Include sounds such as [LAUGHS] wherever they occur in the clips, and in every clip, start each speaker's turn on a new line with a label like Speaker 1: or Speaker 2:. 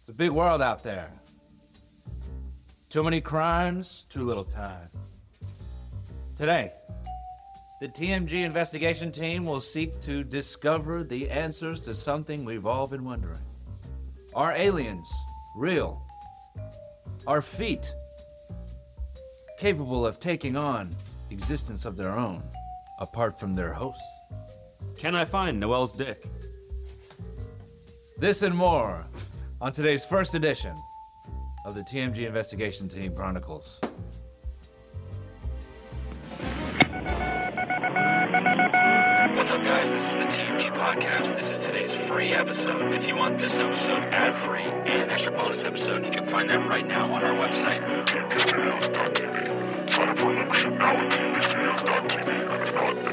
Speaker 1: It's a big world out there. Too many crimes, too little time. Today, the TMG investigation team will seek to discover the answers to something we've all been wondering. Are aliens real? Are feet capable of taking on existence of their own apart from their host?
Speaker 2: Can I find Noel's dick?
Speaker 1: This and more on today's first edition of the TMG Investigation Team Chronicles.
Speaker 3: What's up, guys? This is the TMG Podcast. This is today's free episode. If you want this episode ad free and an extra bonus episode, you can find that right now on our website. TMGStudios.tv. Sign up for a membership now at TMGStudios.tv. And if not, then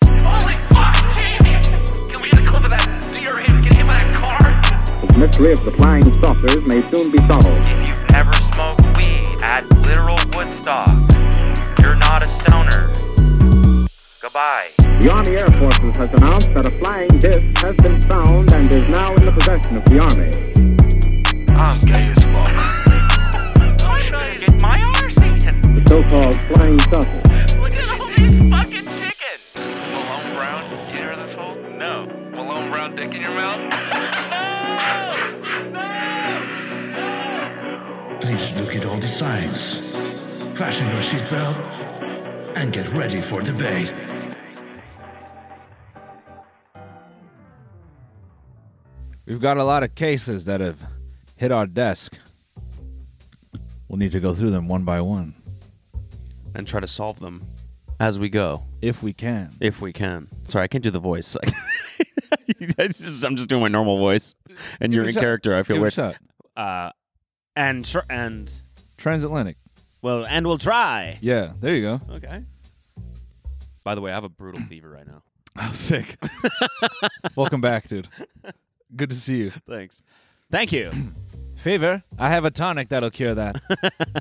Speaker 3: enjoy this one. Holy fuck, Jamie! Can we get a clip of that deer him get hit by a car?
Speaker 4: The mystery of the flying saucers may soon be solved.
Speaker 3: If you've ever smoked weed at literal Woodstock, you're not a stoner. Goodbye.
Speaker 4: The Army Air Forces has announced that a flying disc has been found and is now in the possession of the Army.
Speaker 3: I'm gay as fuck. I'm gonna get my arse eaten.
Speaker 4: The so-called flying saucer.
Speaker 3: Look at all these fucking chickens. Malone Brown, you hear this hole? No. Malone Brown dick in your mouth? [LAUGHS] no! No!
Speaker 5: Please look at all the signs. Fasten your seatbelt and get ready for debate.
Speaker 1: We've got a lot of cases that have hit our desk. We'll need to go through them one by one
Speaker 2: And try to solve them as we go,
Speaker 1: if we can.
Speaker 2: if we can. Sorry, I can't do the voice. [LAUGHS] I just, I'm just doing my normal voice, and you're
Speaker 1: it a
Speaker 2: in
Speaker 1: shot.
Speaker 2: character. I feel
Speaker 1: Give it a shot.
Speaker 2: weird. Uh, and tr- and
Speaker 1: Transatlantic.
Speaker 2: well, and we'll try.
Speaker 1: Yeah, there you go.
Speaker 2: Okay. By the way, I have a brutal [CLEARS THROAT] fever right now.
Speaker 1: I'm sick. [LAUGHS] Welcome back, dude. Good to see you.
Speaker 2: Thanks.
Speaker 1: [CLEARS THROAT]
Speaker 2: Thank you.
Speaker 1: Fever. I have a tonic that'll cure
Speaker 2: [LAUGHS]
Speaker 1: that.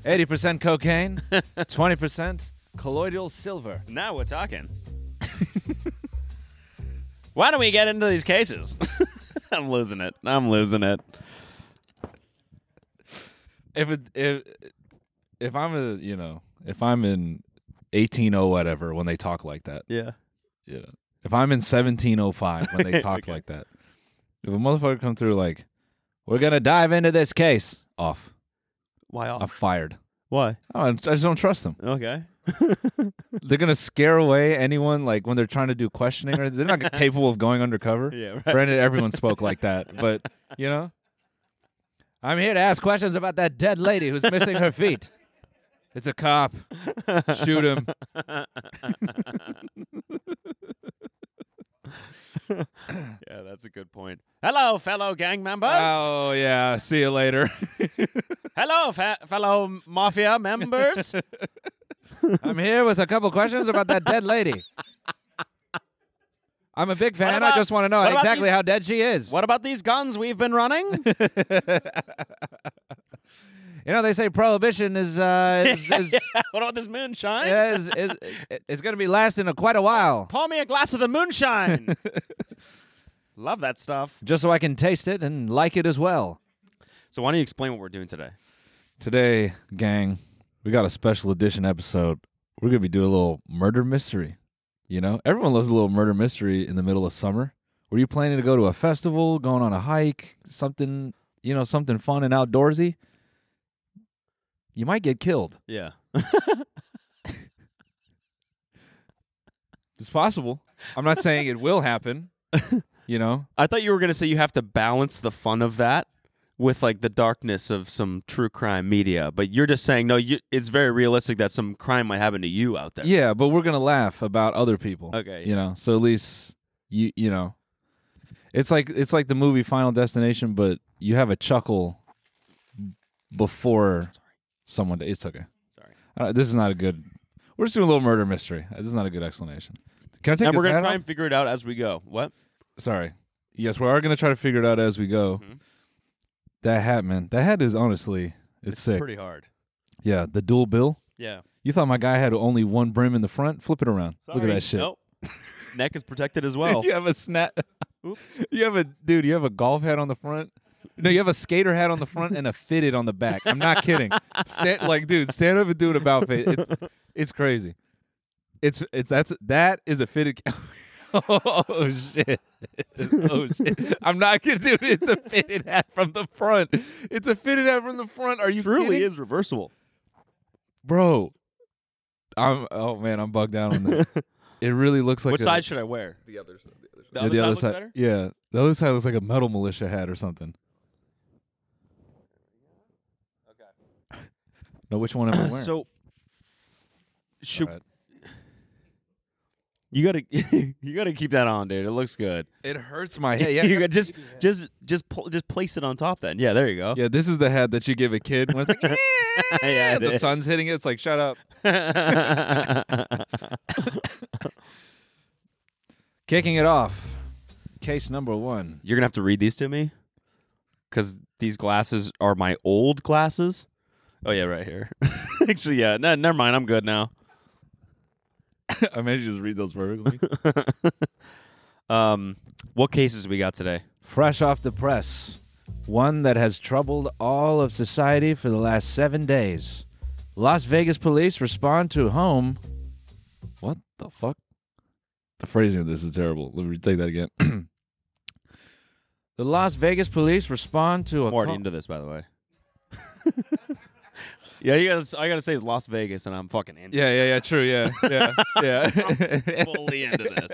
Speaker 1: 80% cocaine, 20% colloidal silver.
Speaker 2: now we're talking. [LAUGHS] Why don't we get into these cases? [LAUGHS] I'm losing it. I'm losing it.
Speaker 1: If it, if if I'm a, you know, if I'm in 180 whatever when they talk like that,
Speaker 2: Yeah.
Speaker 1: you know, if I'm in 1705 when they talk like that, if a motherfucker come through like, we're gonna dive into this case, off,
Speaker 2: Why
Speaker 1: I'm
Speaker 2: off?
Speaker 1: fired.
Speaker 2: Why?
Speaker 1: I, don't, I just don't trust them.
Speaker 2: Okay.
Speaker 1: They're gonna scare away anyone like when they're trying to do questioning or they're
Speaker 2: [LAUGHS]
Speaker 1: not capable of going undercover.
Speaker 2: Yeah, right.
Speaker 1: Granted, everyone spoke like
Speaker 2: [LAUGHS]
Speaker 1: that, but you know, I'm here to ask questions about that dead lady who's missing her feet. It's a cop. Shoot him.
Speaker 2: Yeah, that's a good point. Hello, fellow gang members.
Speaker 1: Oh yeah. See you later.
Speaker 2: [LAUGHS] Hello, fe- fellow mafia [LAUGHS] members.
Speaker 1: I'm here with a couple questions about that dead lady. I'm a big fan. I
Speaker 2: about-
Speaker 1: just want to know
Speaker 2: what about
Speaker 1: exactly
Speaker 2: these-
Speaker 1: how dead she is.
Speaker 2: what about these guns we've been [LAUGHS] running?
Speaker 1: You know, they say prohibition is uh,
Speaker 2: [LAUGHS]
Speaker 1: is, is,
Speaker 2: what about this moonshine?
Speaker 1: yeah, is, is, is, going to be lasting uh, quite a while,
Speaker 2: Pour me a glass of the [LAUGHS] moonshine. Love that stuff.
Speaker 1: just so I can taste it and like it as well.
Speaker 2: So why don't you explain what we're doing today?
Speaker 1: Today, gang, we got a special edition episode. We're going to be doing a little murder mystery. You know, everyone loves a little murder mystery in the middle of summer. Were you planning to go to a festival, going on a hike, something, you know, something fun and outdoorsy? You might get killed.
Speaker 2: Yeah.
Speaker 1: It's possible. I'm not saying [LAUGHS] it will happen, you know?
Speaker 2: I thought you were going to say you have to balance the fun of that with like the darkness of some true crime media, but you're just saying no. You, it's very realistic that some crime might happen to you out there.
Speaker 1: Yeah, but we're gonna laugh about other people.
Speaker 2: Okay,
Speaker 1: You know, so at least you you know. It's like it's like the movie Final Destination, but you have a chuckle before someone it's okay.
Speaker 2: Sorry.
Speaker 1: Uh, this is not a good we're just doing a little murder mystery. Uh, This is not a good explanation. Can I take
Speaker 2: And we're
Speaker 1: his
Speaker 2: gonna
Speaker 1: hat
Speaker 2: try
Speaker 1: off?
Speaker 2: and figure it out as we go. What?
Speaker 1: sorry. Yes, we are gonna try to figure it out as we go.
Speaker 2: Mm-hmm.
Speaker 1: That hat, man. That hat is honestly it's, sick.
Speaker 2: Pretty hard.
Speaker 1: yeah, the dual bill.
Speaker 2: Yeah.
Speaker 1: You thought my guy had only one brim in the front? Flip it around. Look at
Speaker 2: Sorry.
Speaker 1: that shit.
Speaker 2: Nope. [LAUGHS] Neck is protected as well.
Speaker 1: Dude, you have a [LAUGHS] snap.
Speaker 2: Oops.
Speaker 1: You have a dude. You have a golf hat on the front. No, you have a skater hat on the front and a fitted on the back. I'm not kidding. [LAUGHS] Stand, like, dude, stand up and do an about face. It's, it's crazy. It's it's that's that is a fitted. [LAUGHS] ca- oh shit! Oh shit! I'm not gonna do it. It's a fitted hat from the front. It's a fitted hat from the front. Are you
Speaker 2: Truly
Speaker 1: kidding?
Speaker 2: is reversible.
Speaker 1: bro? I'm oh man, I'm bugged out on this. [LAUGHS] it really looks like
Speaker 2: Which
Speaker 1: a,
Speaker 2: side should I wear? The other side.
Speaker 1: Yeah,
Speaker 2: The other,
Speaker 1: the other
Speaker 2: side.
Speaker 1: side,
Speaker 2: looks better?
Speaker 1: yeah, the other side looks like a metal militia hat or something. No, which one am [COUGHS] I wearing?
Speaker 2: So should
Speaker 1: Alright.
Speaker 2: you gotta [LAUGHS] you gotta keep that on, dude. It looks good.
Speaker 1: it hurts my [LAUGHS] head.
Speaker 2: you
Speaker 1: [LAUGHS] Yeah,
Speaker 2: gotta just just just pl- just place it on top. Then yeah, there you go.
Speaker 1: yeah, this is the hat that you give a kid when it's like [LAUGHS]
Speaker 2: yeah,
Speaker 1: the sun's hitting it. It's like shut [LAUGHS] up, kicking it off. Case number one.
Speaker 2: You're gonna have to read these to me, because these glasses are my old glasses. Oh yeah, right here. [LAUGHS] Actually, yeah. No, never mind. I'm good now.
Speaker 1: [LAUGHS] I managed to just read those vertically.
Speaker 2: Um, what cases we got today?
Speaker 1: Fresh off the press, one that has troubled all of society for the last seven days. Las Vegas police respond to home. What the fuck? The phrasing of this is terrible. Let me take that again. [CLEARS THROAT] the Las Vegas police respond to a.
Speaker 2: I'm already
Speaker 1: co-
Speaker 2: into this, by the way. [LAUGHS] yeah, you guys. I gotta say, it's Las Vegas, and I'm fucking into.
Speaker 1: yeah, yeah, yeah. True. Yeah, [LAUGHS] yeah, yeah. [LAUGHS]
Speaker 2: it. [LAUGHS] fully into this.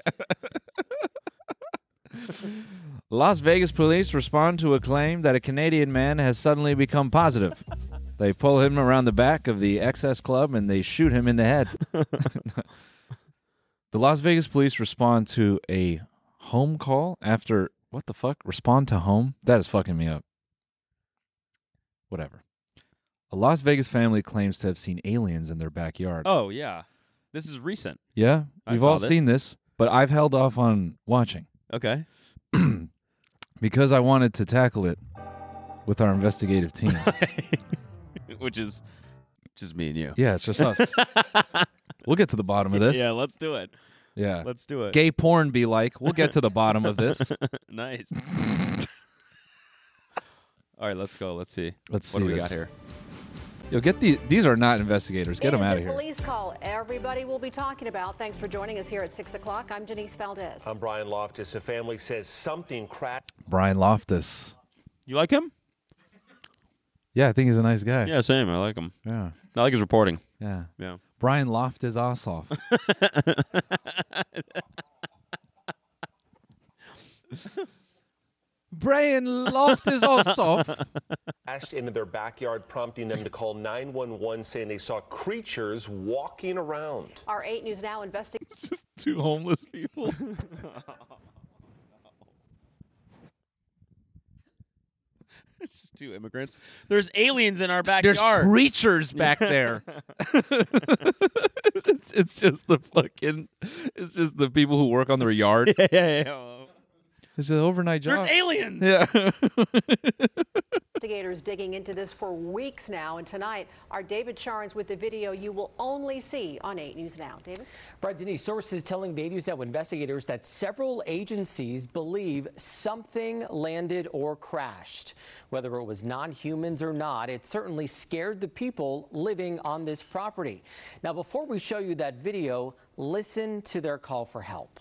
Speaker 1: Las Vegas police respond to a claim that a Canadian man has suddenly become
Speaker 2: [LAUGHS]
Speaker 1: positive. they pull him around the back of the XS Club and they shoot him in the
Speaker 2: [LAUGHS]
Speaker 1: head. the Las Vegas police respond to a home call after what the fuck? Respond to home? That is fucking me up. Whatever. A Las Vegas family claims to have seen aliens in their backyard.
Speaker 2: Oh yeah, this is recent.
Speaker 1: yeah,
Speaker 2: I
Speaker 1: we've
Speaker 2: saw
Speaker 1: all
Speaker 2: this.
Speaker 1: seen this, but I've held off on watching.
Speaker 2: Okay.
Speaker 1: because I wanted to tackle it with our investigative team.
Speaker 2: [LAUGHS] [LAUGHS] which is just me and you.
Speaker 1: yeah, it's just us. we'll get to the bottom of this.
Speaker 2: Yeah, let's do it.
Speaker 1: Yeah.
Speaker 2: Let's do it.
Speaker 1: Gay porn be like, we'll get to the bottom of this.
Speaker 2: [LAUGHS]
Speaker 1: [LAUGHS]
Speaker 2: nice. All right, let's go. Let's see.
Speaker 1: Let's
Speaker 2: what
Speaker 1: see
Speaker 2: do we
Speaker 1: this.
Speaker 2: got here.
Speaker 1: Yo, get the these are not investigators. Get them out of here.
Speaker 6: Police call. Everybody will be talking about. Thanks for joining us here at six o'clock. I'm Denise Valdez.
Speaker 7: Oh.
Speaker 8: I'm Brian Loftus. A family says something cracked.
Speaker 1: Brian Loftus.
Speaker 2: You like him?
Speaker 1: Yeah, I think he's a nice guy.
Speaker 2: Yeah, same. I like him.
Speaker 1: Yeah.
Speaker 2: I like his reporting.
Speaker 1: yeah.
Speaker 2: Yeah.
Speaker 1: Brian Loftus Ossoff. Brian Loftus Ossoff.
Speaker 2: [LAUGHS]
Speaker 8: crashed into their backyard, prompting them to call 911, saying they saw creatures walking around.
Speaker 6: Our eight news now investigating.
Speaker 1: just two homeless people.
Speaker 2: [LAUGHS] It's just two immigrants. There's aliens in our
Speaker 1: There's
Speaker 2: backyard. [LAUGHS]
Speaker 1: creatures back there. [LAUGHS] it's, it's just the fucking. It's just the people who work on their yard.
Speaker 2: [LAUGHS] yeah, yeah,
Speaker 1: [LAUGHS]
Speaker 2: yeah.
Speaker 1: It's an overnight
Speaker 2: There's
Speaker 1: job.
Speaker 2: aliens.
Speaker 1: yeah.
Speaker 6: investigators digging into this for weeks now. And tonight, our David Sharns with the video you will only see on 8 News Now. David?
Speaker 7: Brad Denny, sources telling the News Now investigators that several agencies believe something landed or crashed. Whether it was non humans or not, it certainly scared the people living on this property. Now, before we show you that video, listen to their call for help.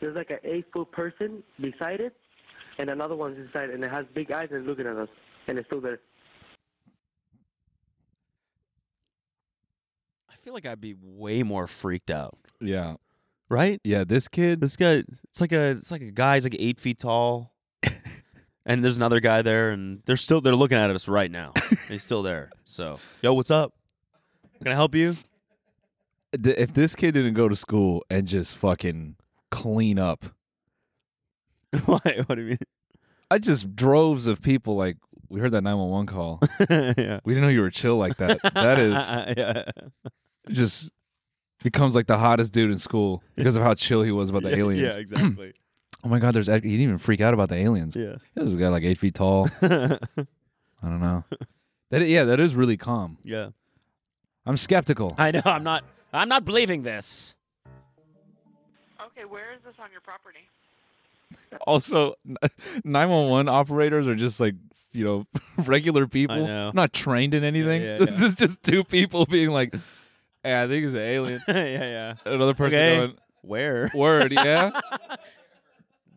Speaker 9: There's like an eight foot person beside it, and another one's inside, and it has big eyes and it's looking at us, and it's still there.
Speaker 2: I feel like I'd be way more freaked out.
Speaker 1: Yeah.
Speaker 2: Right?
Speaker 1: Yeah. This kid.
Speaker 2: [LAUGHS] This guy. It's like a. It's like a guy's like eight feet tall. and there's another guy there, and they're still they're looking at us right now. He's still [LAUGHS] there. So, yo, what's up? Can I help you?
Speaker 1: Th- If this kid didn't go to school and just fucking clean up,
Speaker 2: [LAUGHS] what? What do you mean?
Speaker 1: I just droves of people like we heard that nine one one
Speaker 2: [LAUGHS]
Speaker 1: call. We didn't know you were chill like that. That is
Speaker 2: Uh, [LAUGHS] yeah.
Speaker 1: just becomes like the hottest dude in school because of how chill he was about the
Speaker 2: [LAUGHS] Yeah,
Speaker 1: aliens.
Speaker 2: Yeah, [CLEARS THROAT] exactly.
Speaker 1: oh my god, there's act- he didn't even freak out about the aliens.
Speaker 2: Yeah.
Speaker 1: There's a guy like eight feet tall. [LAUGHS] I don't know. That yeah, that is really calm.
Speaker 2: Yeah.
Speaker 1: I'm skeptical.
Speaker 2: I know. I'm not. I'm not believing this.
Speaker 10: Okay, where is this on your property?
Speaker 1: Also, nine one one operators are just like you know [LAUGHS] regular people,
Speaker 2: know.
Speaker 1: not trained in anything.
Speaker 2: yeah,
Speaker 1: this
Speaker 2: yeah.
Speaker 1: is just two people being like, "Yeah, I think it's an [LAUGHS] alien."
Speaker 2: [LAUGHS] yeah, yeah.
Speaker 1: Another person
Speaker 2: Okay.
Speaker 1: going,
Speaker 2: "Where?
Speaker 1: Word, [LAUGHS] yeah.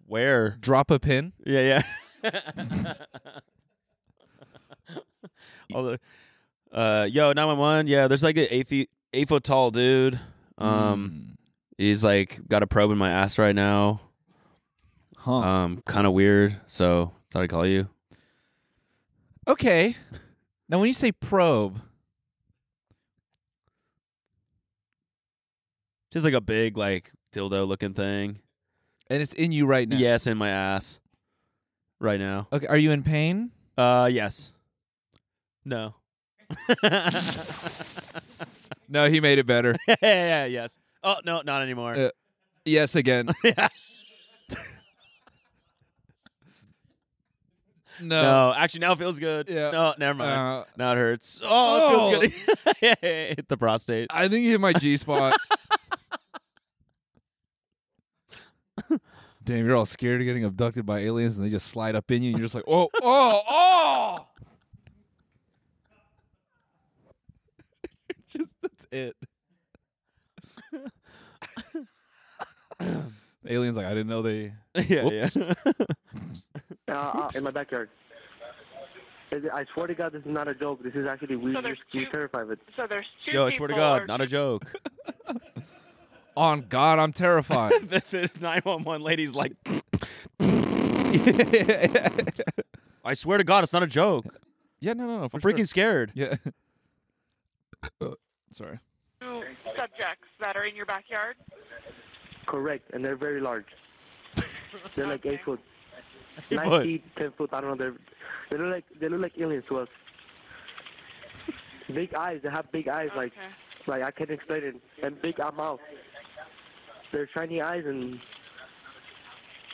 Speaker 2: Where?
Speaker 1: Drop a pin."
Speaker 2: Yeah, yeah. All the, uh, yo, nine one one. Yeah, there's like an eight feet, eight foot tall dude. Um, he's like got a probe in my ass right now.
Speaker 1: Huh.
Speaker 2: Um, kind of weird. So thought I'd call you.
Speaker 1: Okay. Now, when you say probe,
Speaker 2: Just like a big like dildo looking thing.
Speaker 1: And it's in you right now.
Speaker 2: Yes, in my ass. Right now.
Speaker 1: okay, are you in pain?
Speaker 2: Uh, yes. No. [LAUGHS]
Speaker 1: No, he made it better.
Speaker 2: yeah, yeah, yes. Oh no, not anymore. [LAUGHS]
Speaker 1: Uh, [LAUGHS] yes, [LAUGHS] again. no.
Speaker 2: No, actually, now it feels good.
Speaker 1: Yeah.
Speaker 2: No, never mind.
Speaker 1: Uh,
Speaker 2: now it hurts. Oh, it feels good. [LAUGHS] Yeah, yeah, yeah, hit the prostate.
Speaker 1: I think he hit my G spot. [LAUGHS] Damn, you're all scared of getting abducted by aliens, and they just slide up in you, and you're just like, "Oh, [LAUGHS] oh, oh!" [LAUGHS] just that's [LAUGHS] it. The aliens like, I didn't know they.
Speaker 2: [LAUGHS] Yeah,
Speaker 1: Whoops.
Speaker 2: yeah.
Speaker 9: Uh, uh, in my backyard. Is it- I swear to God, this is not a joke. This is actually we
Speaker 10: So
Speaker 9: we
Speaker 10: there's
Speaker 9: we
Speaker 10: two-
Speaker 9: terrified with.
Speaker 10: So there's two
Speaker 2: Yo, I swear to
Speaker 10: people
Speaker 2: God,
Speaker 10: or
Speaker 2: not a joke.
Speaker 1: On God, I'm terrified.
Speaker 2: [LAUGHS] the, the 911 lady's like, [LAUGHS] I swear to God, it's not a joke.
Speaker 1: [LAUGHS] Yeah, no, no, no.
Speaker 2: I'm freaking scared.
Speaker 1: Yeah. [LAUGHS] Sorry.
Speaker 10: two subjects that are in your backyard.
Speaker 9: Correct, and they're very large. they're like eight foot,
Speaker 2: Eight
Speaker 9: nine
Speaker 2: foot.
Speaker 9: feet, ten foot. I don't know. They're they look like they look like aliens to us. [LAUGHS] big eyes. They have big eyes. Like
Speaker 10: Okay.
Speaker 9: like I can't explain it. And big uh, mouth. They're shiny eyes and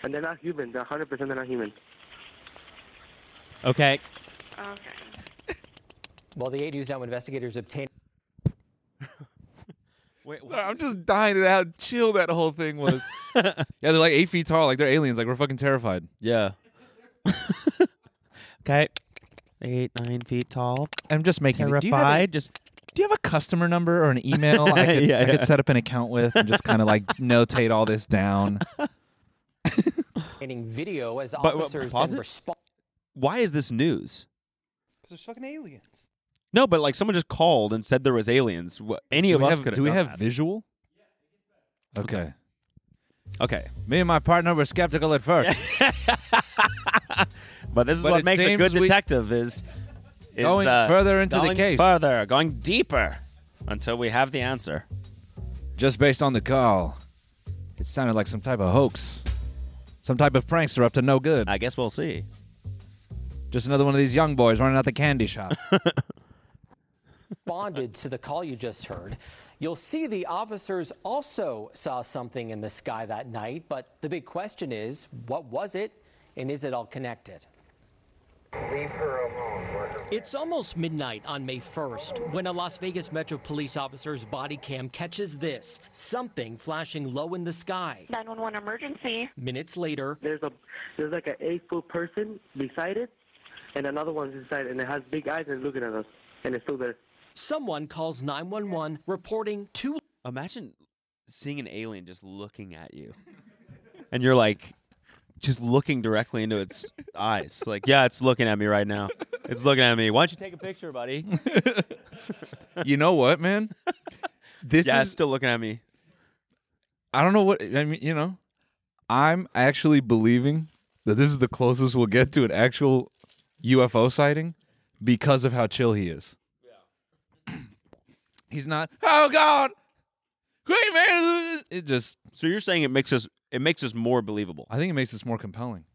Speaker 9: and they're not human. They're hundred percent they're not human.
Speaker 2: Okay.
Speaker 10: Okay.
Speaker 7: Well, the eight News Now investigators obtained.
Speaker 2: Wait,
Speaker 1: Sorry, I'm just dying at how chill that whole thing was. [LAUGHS] yeah, they're like eight feet tall, like they're aliens, like we're fucking terrified.
Speaker 2: Yeah. okay. Eight, nine feet tall.
Speaker 1: I'm just making
Speaker 2: it- do you have any- Terrified,
Speaker 1: just do you have a customer number or an [LAUGHS] email I could,
Speaker 2: Yeah,
Speaker 1: I could
Speaker 2: yeah.
Speaker 1: set up an account with and just kind of like [LAUGHS] notate all this [LAUGHS] down?
Speaker 7: obtaining video as
Speaker 2: but
Speaker 7: officers
Speaker 2: pause
Speaker 7: then
Speaker 2: it?
Speaker 7: respond.
Speaker 2: Why is this news?
Speaker 11: Because there's fucking aliens.
Speaker 2: No, but like someone just called and said there was aliens. Wha- Any
Speaker 1: Do
Speaker 2: of
Speaker 1: we
Speaker 2: us
Speaker 1: have-
Speaker 2: could have.
Speaker 1: do we
Speaker 2: done
Speaker 1: have
Speaker 2: that.
Speaker 1: visual? Okay.
Speaker 2: Okay.
Speaker 1: Me and my partner were skeptical at first. [LAUGHS]
Speaker 2: But this is
Speaker 1: But
Speaker 2: what
Speaker 1: it
Speaker 2: makes a
Speaker 1: seems
Speaker 2: good
Speaker 1: we-
Speaker 2: detective is, is
Speaker 1: Going
Speaker 2: uh,
Speaker 1: further into the
Speaker 2: going
Speaker 1: case.
Speaker 2: further, going deeper until we have the answer.
Speaker 1: Just based on the call, it sounded like some type of hoax. Some type of prankster up to no good.
Speaker 2: I guess we'll see.
Speaker 1: Just another one of these young boys running out the candy [LAUGHS] shop.
Speaker 7: responded to the call you just heard. You'll see the officers also saw something in the sky that night, but the big question is what was it and is it all connected?
Speaker 12: Leave her alone.
Speaker 7: It's almost midnight on May 1st when a Las Vegas Metro Police officer's body cam catches this something flashing low in the sky.
Speaker 10: 911 emergency.
Speaker 7: Minutes later,
Speaker 9: there's a there's like an eight foot person beside it, and another one's inside, and it has big eyes and looking at us, and it's still there.
Speaker 7: Someone calls 911 reporting two.
Speaker 2: Imagine seeing an alien just looking at you, and you're like, just looking directly into its eyes. Like, yeah, it's looking at me right now. It's looking at me. Why don't you take a picture, buddy?
Speaker 1: you know what, [LAUGHS] man? [LAUGHS] This
Speaker 2: yeah, it's
Speaker 1: is
Speaker 2: still looking at me.
Speaker 1: I don't know what I mean, you know. I'm actually believing that this is the closest we'll get to an actual UFO sighting because of how chill he is. He's not. Oh God, great man! It just.
Speaker 2: So you're saying it makes us it makes us more believable.
Speaker 1: I think it makes this more compelling.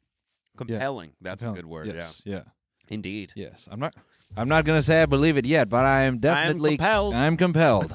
Speaker 2: Compelling. That's a
Speaker 1: Compelling.
Speaker 2: good word.
Speaker 1: Yes,
Speaker 2: Yeah.
Speaker 1: yeah.
Speaker 2: Indeed.
Speaker 1: Yes. I'm not. I'm not gonna say I believe it yet, but I am definitely
Speaker 2: compelled.
Speaker 1: I'm
Speaker 2: [LAUGHS]
Speaker 1: compelled.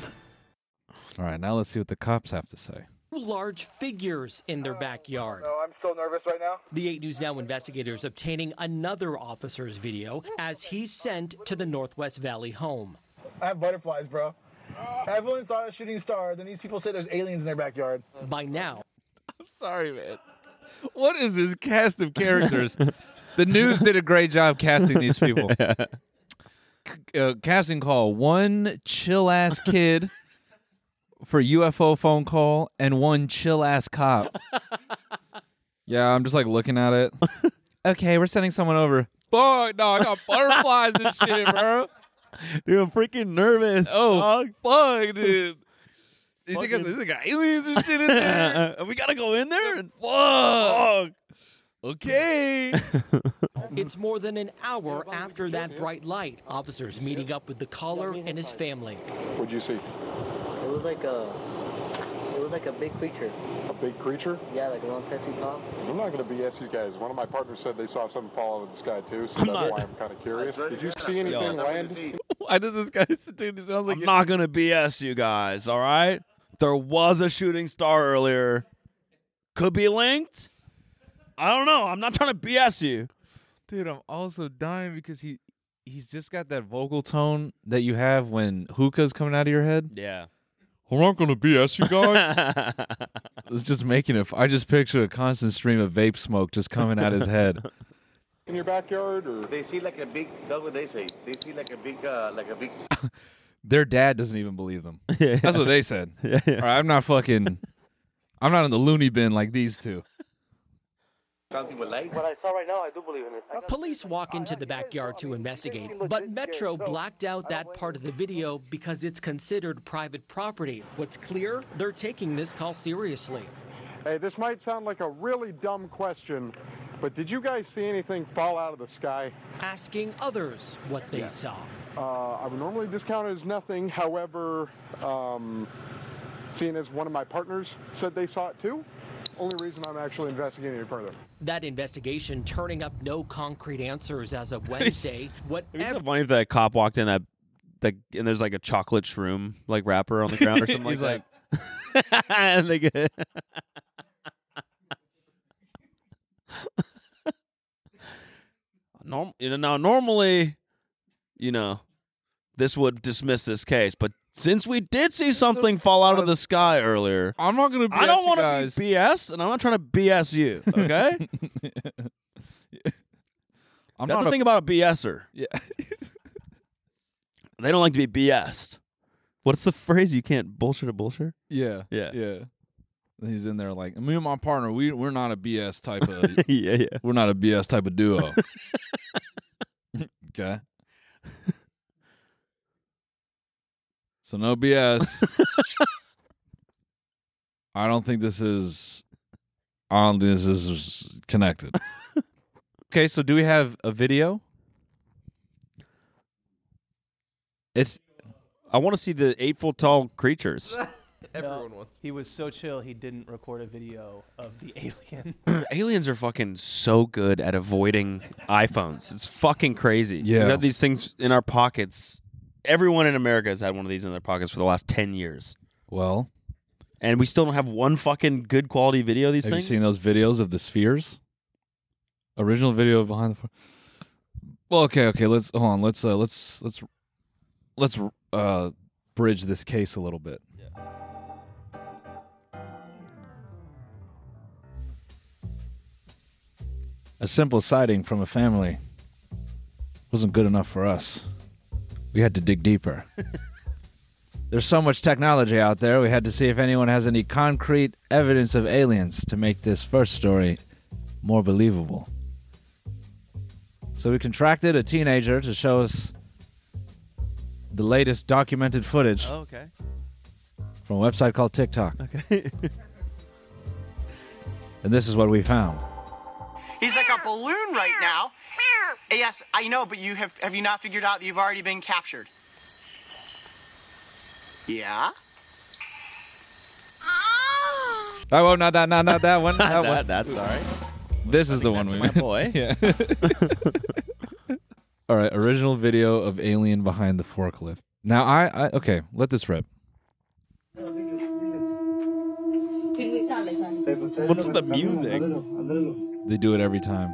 Speaker 1: All right, now let's see what the cops have to say.
Speaker 7: large figures in their backyard.
Speaker 13: No, I'm so nervous right now.
Speaker 7: The 8 News Now investigators obtaining another officer's video as he's sent to the Northwest Valley home.
Speaker 13: I have butterflies, bro. Everyone thought a shooting star. Then these people say there's aliens in their backyard.
Speaker 7: By now,
Speaker 1: I'm sorry, man. What is this cast of characters? the news did a great job casting these
Speaker 2: [LAUGHS]
Speaker 1: people. C- uh, casting call one chill ass kid for UFO phone call and one chill ass cop. yeah, I'm just like looking at
Speaker 2: [LAUGHS]
Speaker 1: it. okay, we're sending someone over. Fuck, no, I got butterflies and shit, bro.
Speaker 2: Dude, I'm freaking nervous.
Speaker 1: Oh, fuck, dude.
Speaker 2: You
Speaker 1: think it's- this got aliens and shit in
Speaker 2: [LAUGHS]
Speaker 1: there?
Speaker 2: we gotta go in there. And-
Speaker 1: Fuck. Okay.
Speaker 7: it's more than an hour after that bright light. Officers meeting up with the caller and his family.
Speaker 14: What'd you see?
Speaker 15: It was like a, it was like a big creature.
Speaker 14: A big creature?
Speaker 15: Yeah, like a long testy top.
Speaker 14: I'm not going to BS you guys. One of my partners said they saw something fall out of the sky too, so that's why I'm kind of curious. Did you see anything land?
Speaker 1: [LAUGHS] Why does this guy? Dude, it sounds like
Speaker 2: I'm not gonna BS you guys. All right. There was a shooting star earlier. Could be linked. I don't know. I'm not trying to BS you.
Speaker 1: Dude, I'm also dying because he he's just got that vocal tone that you have when hookah's coming out of your head.
Speaker 2: Yeah.
Speaker 1: We're not gonna BS you
Speaker 2: [LAUGHS]
Speaker 1: guys. it's just making it. f- I just picture a constant stream of vape smoke just coming out his head.
Speaker 14: [LAUGHS] In your backyard, or
Speaker 16: they see like a big. That's what they say. They see like a big, uh, like a big.
Speaker 1: [LAUGHS] Their dad doesn't even believe
Speaker 2: [LAUGHS]
Speaker 1: them. That's what they said. All right, I'm not fucking. I'm not in the loony bin like these two.
Speaker 16: Something with light.
Speaker 13: What I saw right now, I do believe in it.
Speaker 7: Police walk into the backyard to investigate, but Metro blacked out that part of the video because it's considered private property. What's clear? They're taking this call seriously.
Speaker 14: hey, this might sound like a really dumb question, but did you guys see anything fall out of the sky?
Speaker 7: Asking others what they saw.
Speaker 14: Uh, I would normally discount it as nothing. However, um, seeing as one of my partners said they saw it too, only reason I'm actually investigating it further.
Speaker 7: That investigation turning up no concrete answers as
Speaker 11: [LAUGHS]
Speaker 7: of Wednesday.
Speaker 2: Isn't
Speaker 7: Whatever
Speaker 2: it funny if that cop walked in a, like, and there's like a chocolate shroom like wrapper on the ground
Speaker 1: [LAUGHS]
Speaker 2: or something
Speaker 1: He's
Speaker 2: like that? [LAUGHS] and they get [LAUGHS] Norm, you know, now normally, you know, this would dismiss this case, but since we did see something fall out of the sky earlier,
Speaker 1: I'm not gonna.
Speaker 2: I don't
Speaker 1: BS you
Speaker 2: want
Speaker 1: guys.
Speaker 2: to be BS, and I'm not trying to
Speaker 1: [LAUGHS]
Speaker 2: BS you. Okay,
Speaker 1: I'm
Speaker 2: that's
Speaker 1: not
Speaker 2: the
Speaker 1: a-
Speaker 2: thing about a BSer.
Speaker 1: [LAUGHS] Yeah.
Speaker 2: They don't like to be BS'd. What's the phrase? You can't bullshit a bullshit.
Speaker 1: Yeah.
Speaker 2: Yeah.
Speaker 1: Yeah. And He's in there like me and my partner. We we're not a BS type of.
Speaker 2: [LAUGHS] yeah. Yeah.
Speaker 1: We're not a BS type of duo. okay. So no BS. I don't think this is. I don't think this is connected. okay, so do we have a video? It's.
Speaker 2: I want to see the eight foot tall creatures.
Speaker 11: Everyone wants. He was so chill. He didn't record a video of the [LAUGHS] alien.
Speaker 2: [LAUGHS] Aliens are fucking so good at avoiding iPhones. It's fucking crazy.
Speaker 1: Yeah.
Speaker 2: we got these things in our pockets. Everyone in America has had one of these in their pockets for the last ten years,
Speaker 1: Well,
Speaker 2: and we still don't have one fucking good quality video. of These
Speaker 1: have
Speaker 2: things.
Speaker 1: you seen those videos of the spheres? Original video behind the. fo- Well, okay, okay. Let's hold on. Let's uh, let's let's let's uh, bridge this case a little bit. A simple sighting from a family wasn't good enough for us. We had to dig [LAUGHS] deeper. There's so much technology out there, we had to see if anyone has any concrete evidence of aliens to make this first story more believable. So we contracted a teenager to show us the latest documented footage
Speaker 2: Oh, okay.
Speaker 1: from a website called TikTok. Okay. and this is what we found.
Speaker 17: He's like a balloon right now. Yes, I know, but you have have you not figured out that you've already been captured? Yeah.
Speaker 1: Oh, well, not that, not, [LAUGHS] not that one. That,
Speaker 2: That-
Speaker 1: one.
Speaker 2: that's all right.
Speaker 1: This is the one we.
Speaker 2: my [LAUGHS] boy.
Speaker 1: yeah. all right. Original video of alien behind the forklift. Now I, I okay. Let this rip.
Speaker 2: What's the music?
Speaker 1: They do it every time.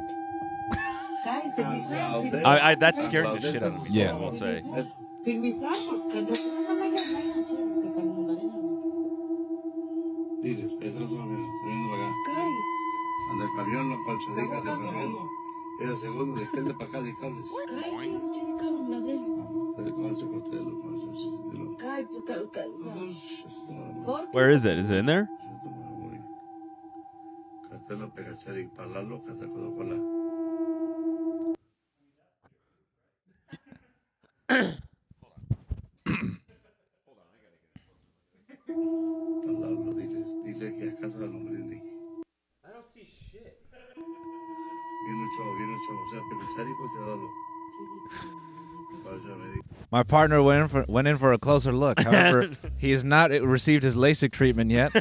Speaker 2: I, I, that scared the shit out of me.
Speaker 1: Yeah.
Speaker 2: I will say. Where is it? Is it in there?
Speaker 1: My partner went in for, went in for a closer look. However, he has not received his LASIK treatment yet.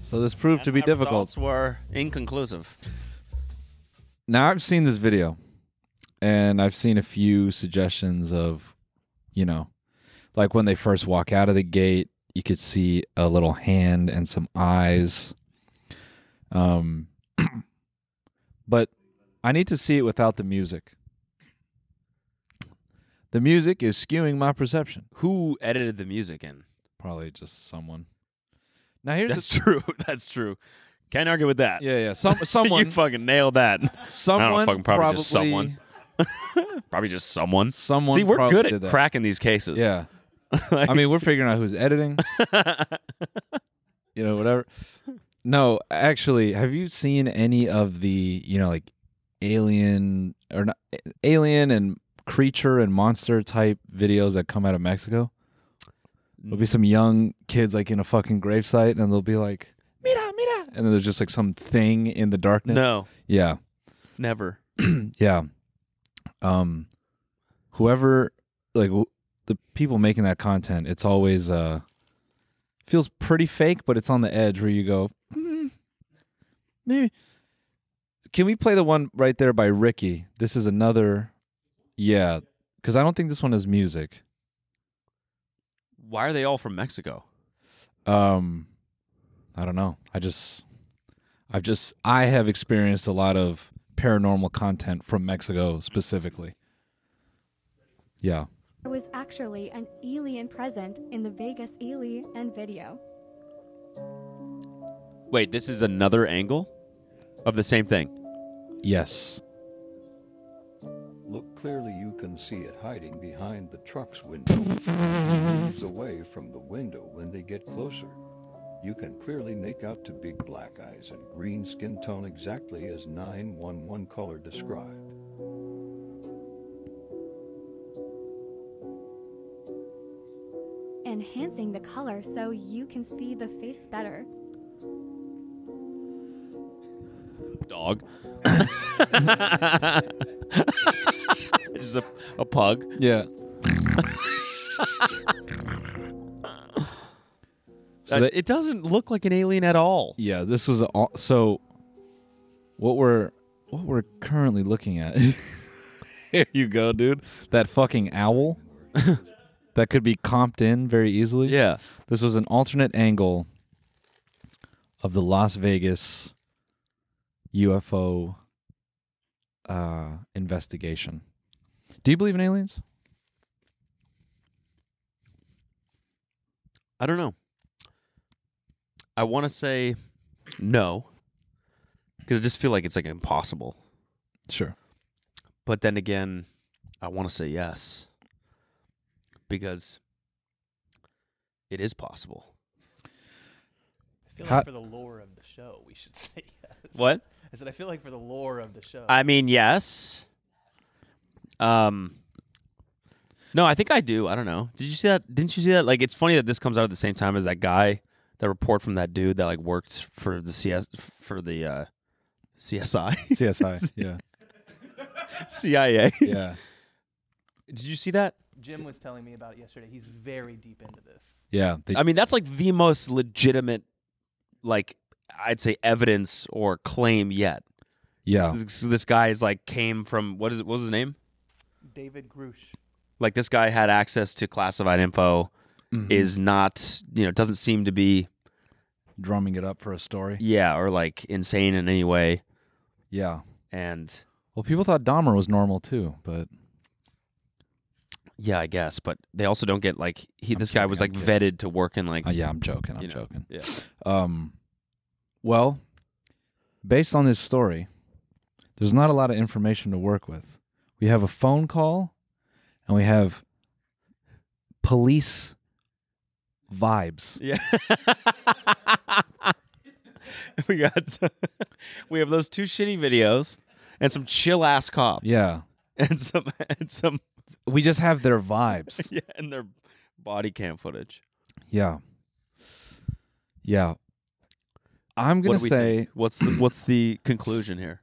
Speaker 1: so this proved to be difficult.
Speaker 2: Results were inconclusive.
Speaker 1: Now I've seen this video, and I've seen a few suggestions of, you know, like when they first walk out of the gate, you could see a little hand and some eyes. Um, [CLEARS THROAT] but I need to see it without the music. The music is skewing my perception.
Speaker 2: Who edited the music in?
Speaker 1: Probably just someone. Now here's
Speaker 2: that's [LAUGHS] true. That's true. Can't argue with that.
Speaker 1: Yeah, yeah. Some
Speaker 2: [LAUGHS] you
Speaker 1: someone-
Speaker 2: fucking nailed that. [LAUGHS] I don't know,
Speaker 1: Someone
Speaker 2: fucking probably, just someone. probably just someone.
Speaker 1: Someone.
Speaker 2: See, we're
Speaker 1: probably
Speaker 2: good at
Speaker 1: did that.
Speaker 2: cracking these cases.
Speaker 1: Yeah. I mean, we're figuring out who's editing. you know, whatever. No, actually, have you seen any of the, you know, like alien or not, alien and creature and monster type videos that come out of Mexico? There'll be some young kids like in a fucking gravesite and they'll be like, mira, mira. And then there's just like some thing in the darkness.
Speaker 2: No.
Speaker 1: Yeah.
Speaker 2: Never.
Speaker 1: yeah. Um, whoever, like w- the people making that content, it's always uh feels pretty fake, but it's on the edge where you go. "Hmm, Maybe. Can we play the one right there by Ricky? This is another, yeah, because I don't think this one is music.
Speaker 2: Why are they all from Mexico?
Speaker 1: Um, I don't know. I just, I've just, I have experienced a lot of paranormal content from Mexico specifically. Yeah.
Speaker 18: There was actually an alien present in the Vegas alien video.
Speaker 2: Wait, this is another angle of the same thing.
Speaker 1: Yes.
Speaker 19: Look clearly, you can see it hiding behind the truck's window. It moves away from the window when they get closer. You can clearly make out to big black eyes and green skin tone exactly as 911 caller described.
Speaker 18: enhancing the color so you can see the face better.
Speaker 2: Dog. [LAUGHS] Just a, a pug.
Speaker 1: Yeah. [LAUGHS] So
Speaker 2: Uh,
Speaker 1: that-
Speaker 2: it doesn't look like an alien at all.
Speaker 1: Yeah, this was all, so. What we're what we're currently looking at. [LAUGHS] Here you go, dude. That fucking owl. [LAUGHS] that could be comped in very easily.
Speaker 2: Yeah.
Speaker 1: This was an alternate angle of the Las Vegas UFO uh, investigation. Do you believe in aliens?
Speaker 2: I don't know. I want to say no, because I just feel like it's like impossible.
Speaker 1: Sure.
Speaker 2: But then again, I want to say yes because it is possible.
Speaker 11: I feel
Speaker 2: How-
Speaker 11: like for the lore of the show, we should [LAUGHS] say yes.
Speaker 2: What?
Speaker 11: I said I feel like for the lore of the show.
Speaker 2: I mean, yes. Um. No, I think I do. I don't know. Did you see that? Didn't you see that? Like, it's funny that this comes out at the same time as that guy, that report from that dude that like worked for the CS for the uh, CSI,
Speaker 1: CSI, yeah.
Speaker 2: CIA.
Speaker 1: Yeah.
Speaker 2: Did you see that?
Speaker 11: Jim was telling me about it yesterday. He's very deep into this.
Speaker 1: Yeah, they-
Speaker 2: I mean, that's like the most legitimate, like I'd say, evidence or claim yet.
Speaker 1: Yeah.
Speaker 2: This, this guy is like came from what is it? What was his name?
Speaker 11: David Grush.
Speaker 2: like this guy had access to classified info
Speaker 1: Mhm.
Speaker 2: is not you know doesn't seem to be
Speaker 1: drumming it up for a story
Speaker 2: yeah or like insane in any way
Speaker 1: yeah
Speaker 2: and
Speaker 1: Well, people thought Dahmer was normal too, but
Speaker 2: yeah i guess but they also don't get like he this guy was like vetted to work in like
Speaker 1: uh, yeah i'm joking i'm joking
Speaker 2: yeah [LAUGHS]
Speaker 1: um, well, based on this story, there's not a lot of information to work with. We have a phone call, and we have police vibes.
Speaker 2: Yeah. we got [LAUGHS] we have those two shitty videos and some chill ass cops
Speaker 1: Yeah.
Speaker 2: [LAUGHS] and some and some [LAUGHS]
Speaker 1: We just have their vibes.
Speaker 2: yeah and their body cam footage
Speaker 1: [LAUGHS] Yeah. Yeah. I'm
Speaker 2: What
Speaker 1: gonna
Speaker 2: do we
Speaker 1: say
Speaker 2: think? what's the what's the [COUGHS] conclusion here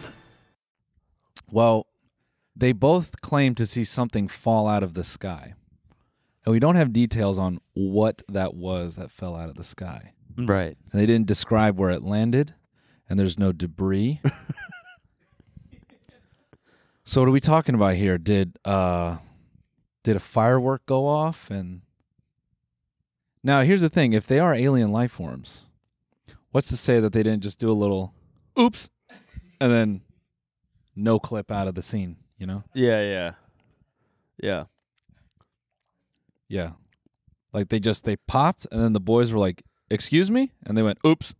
Speaker 1: Well, they both claim to see something fall out of the sky. And we don't have details on what that was that fell out of the sky.
Speaker 2: Mm. Right.
Speaker 1: And they didn't describe where it landed, and there's no debris. so what are we talking about here? Did uh did a firework go off and Now, here's the thing, if they are alien life forms, what's to say that they didn't just do a little oops and then no clip out of the scene, you know?
Speaker 2: yeah yeah yeah
Speaker 1: Yeah. Like they just they popped and then the boys were like, "Excuse me?" and they went,
Speaker 2: [LAUGHS]
Speaker 1: "Oops."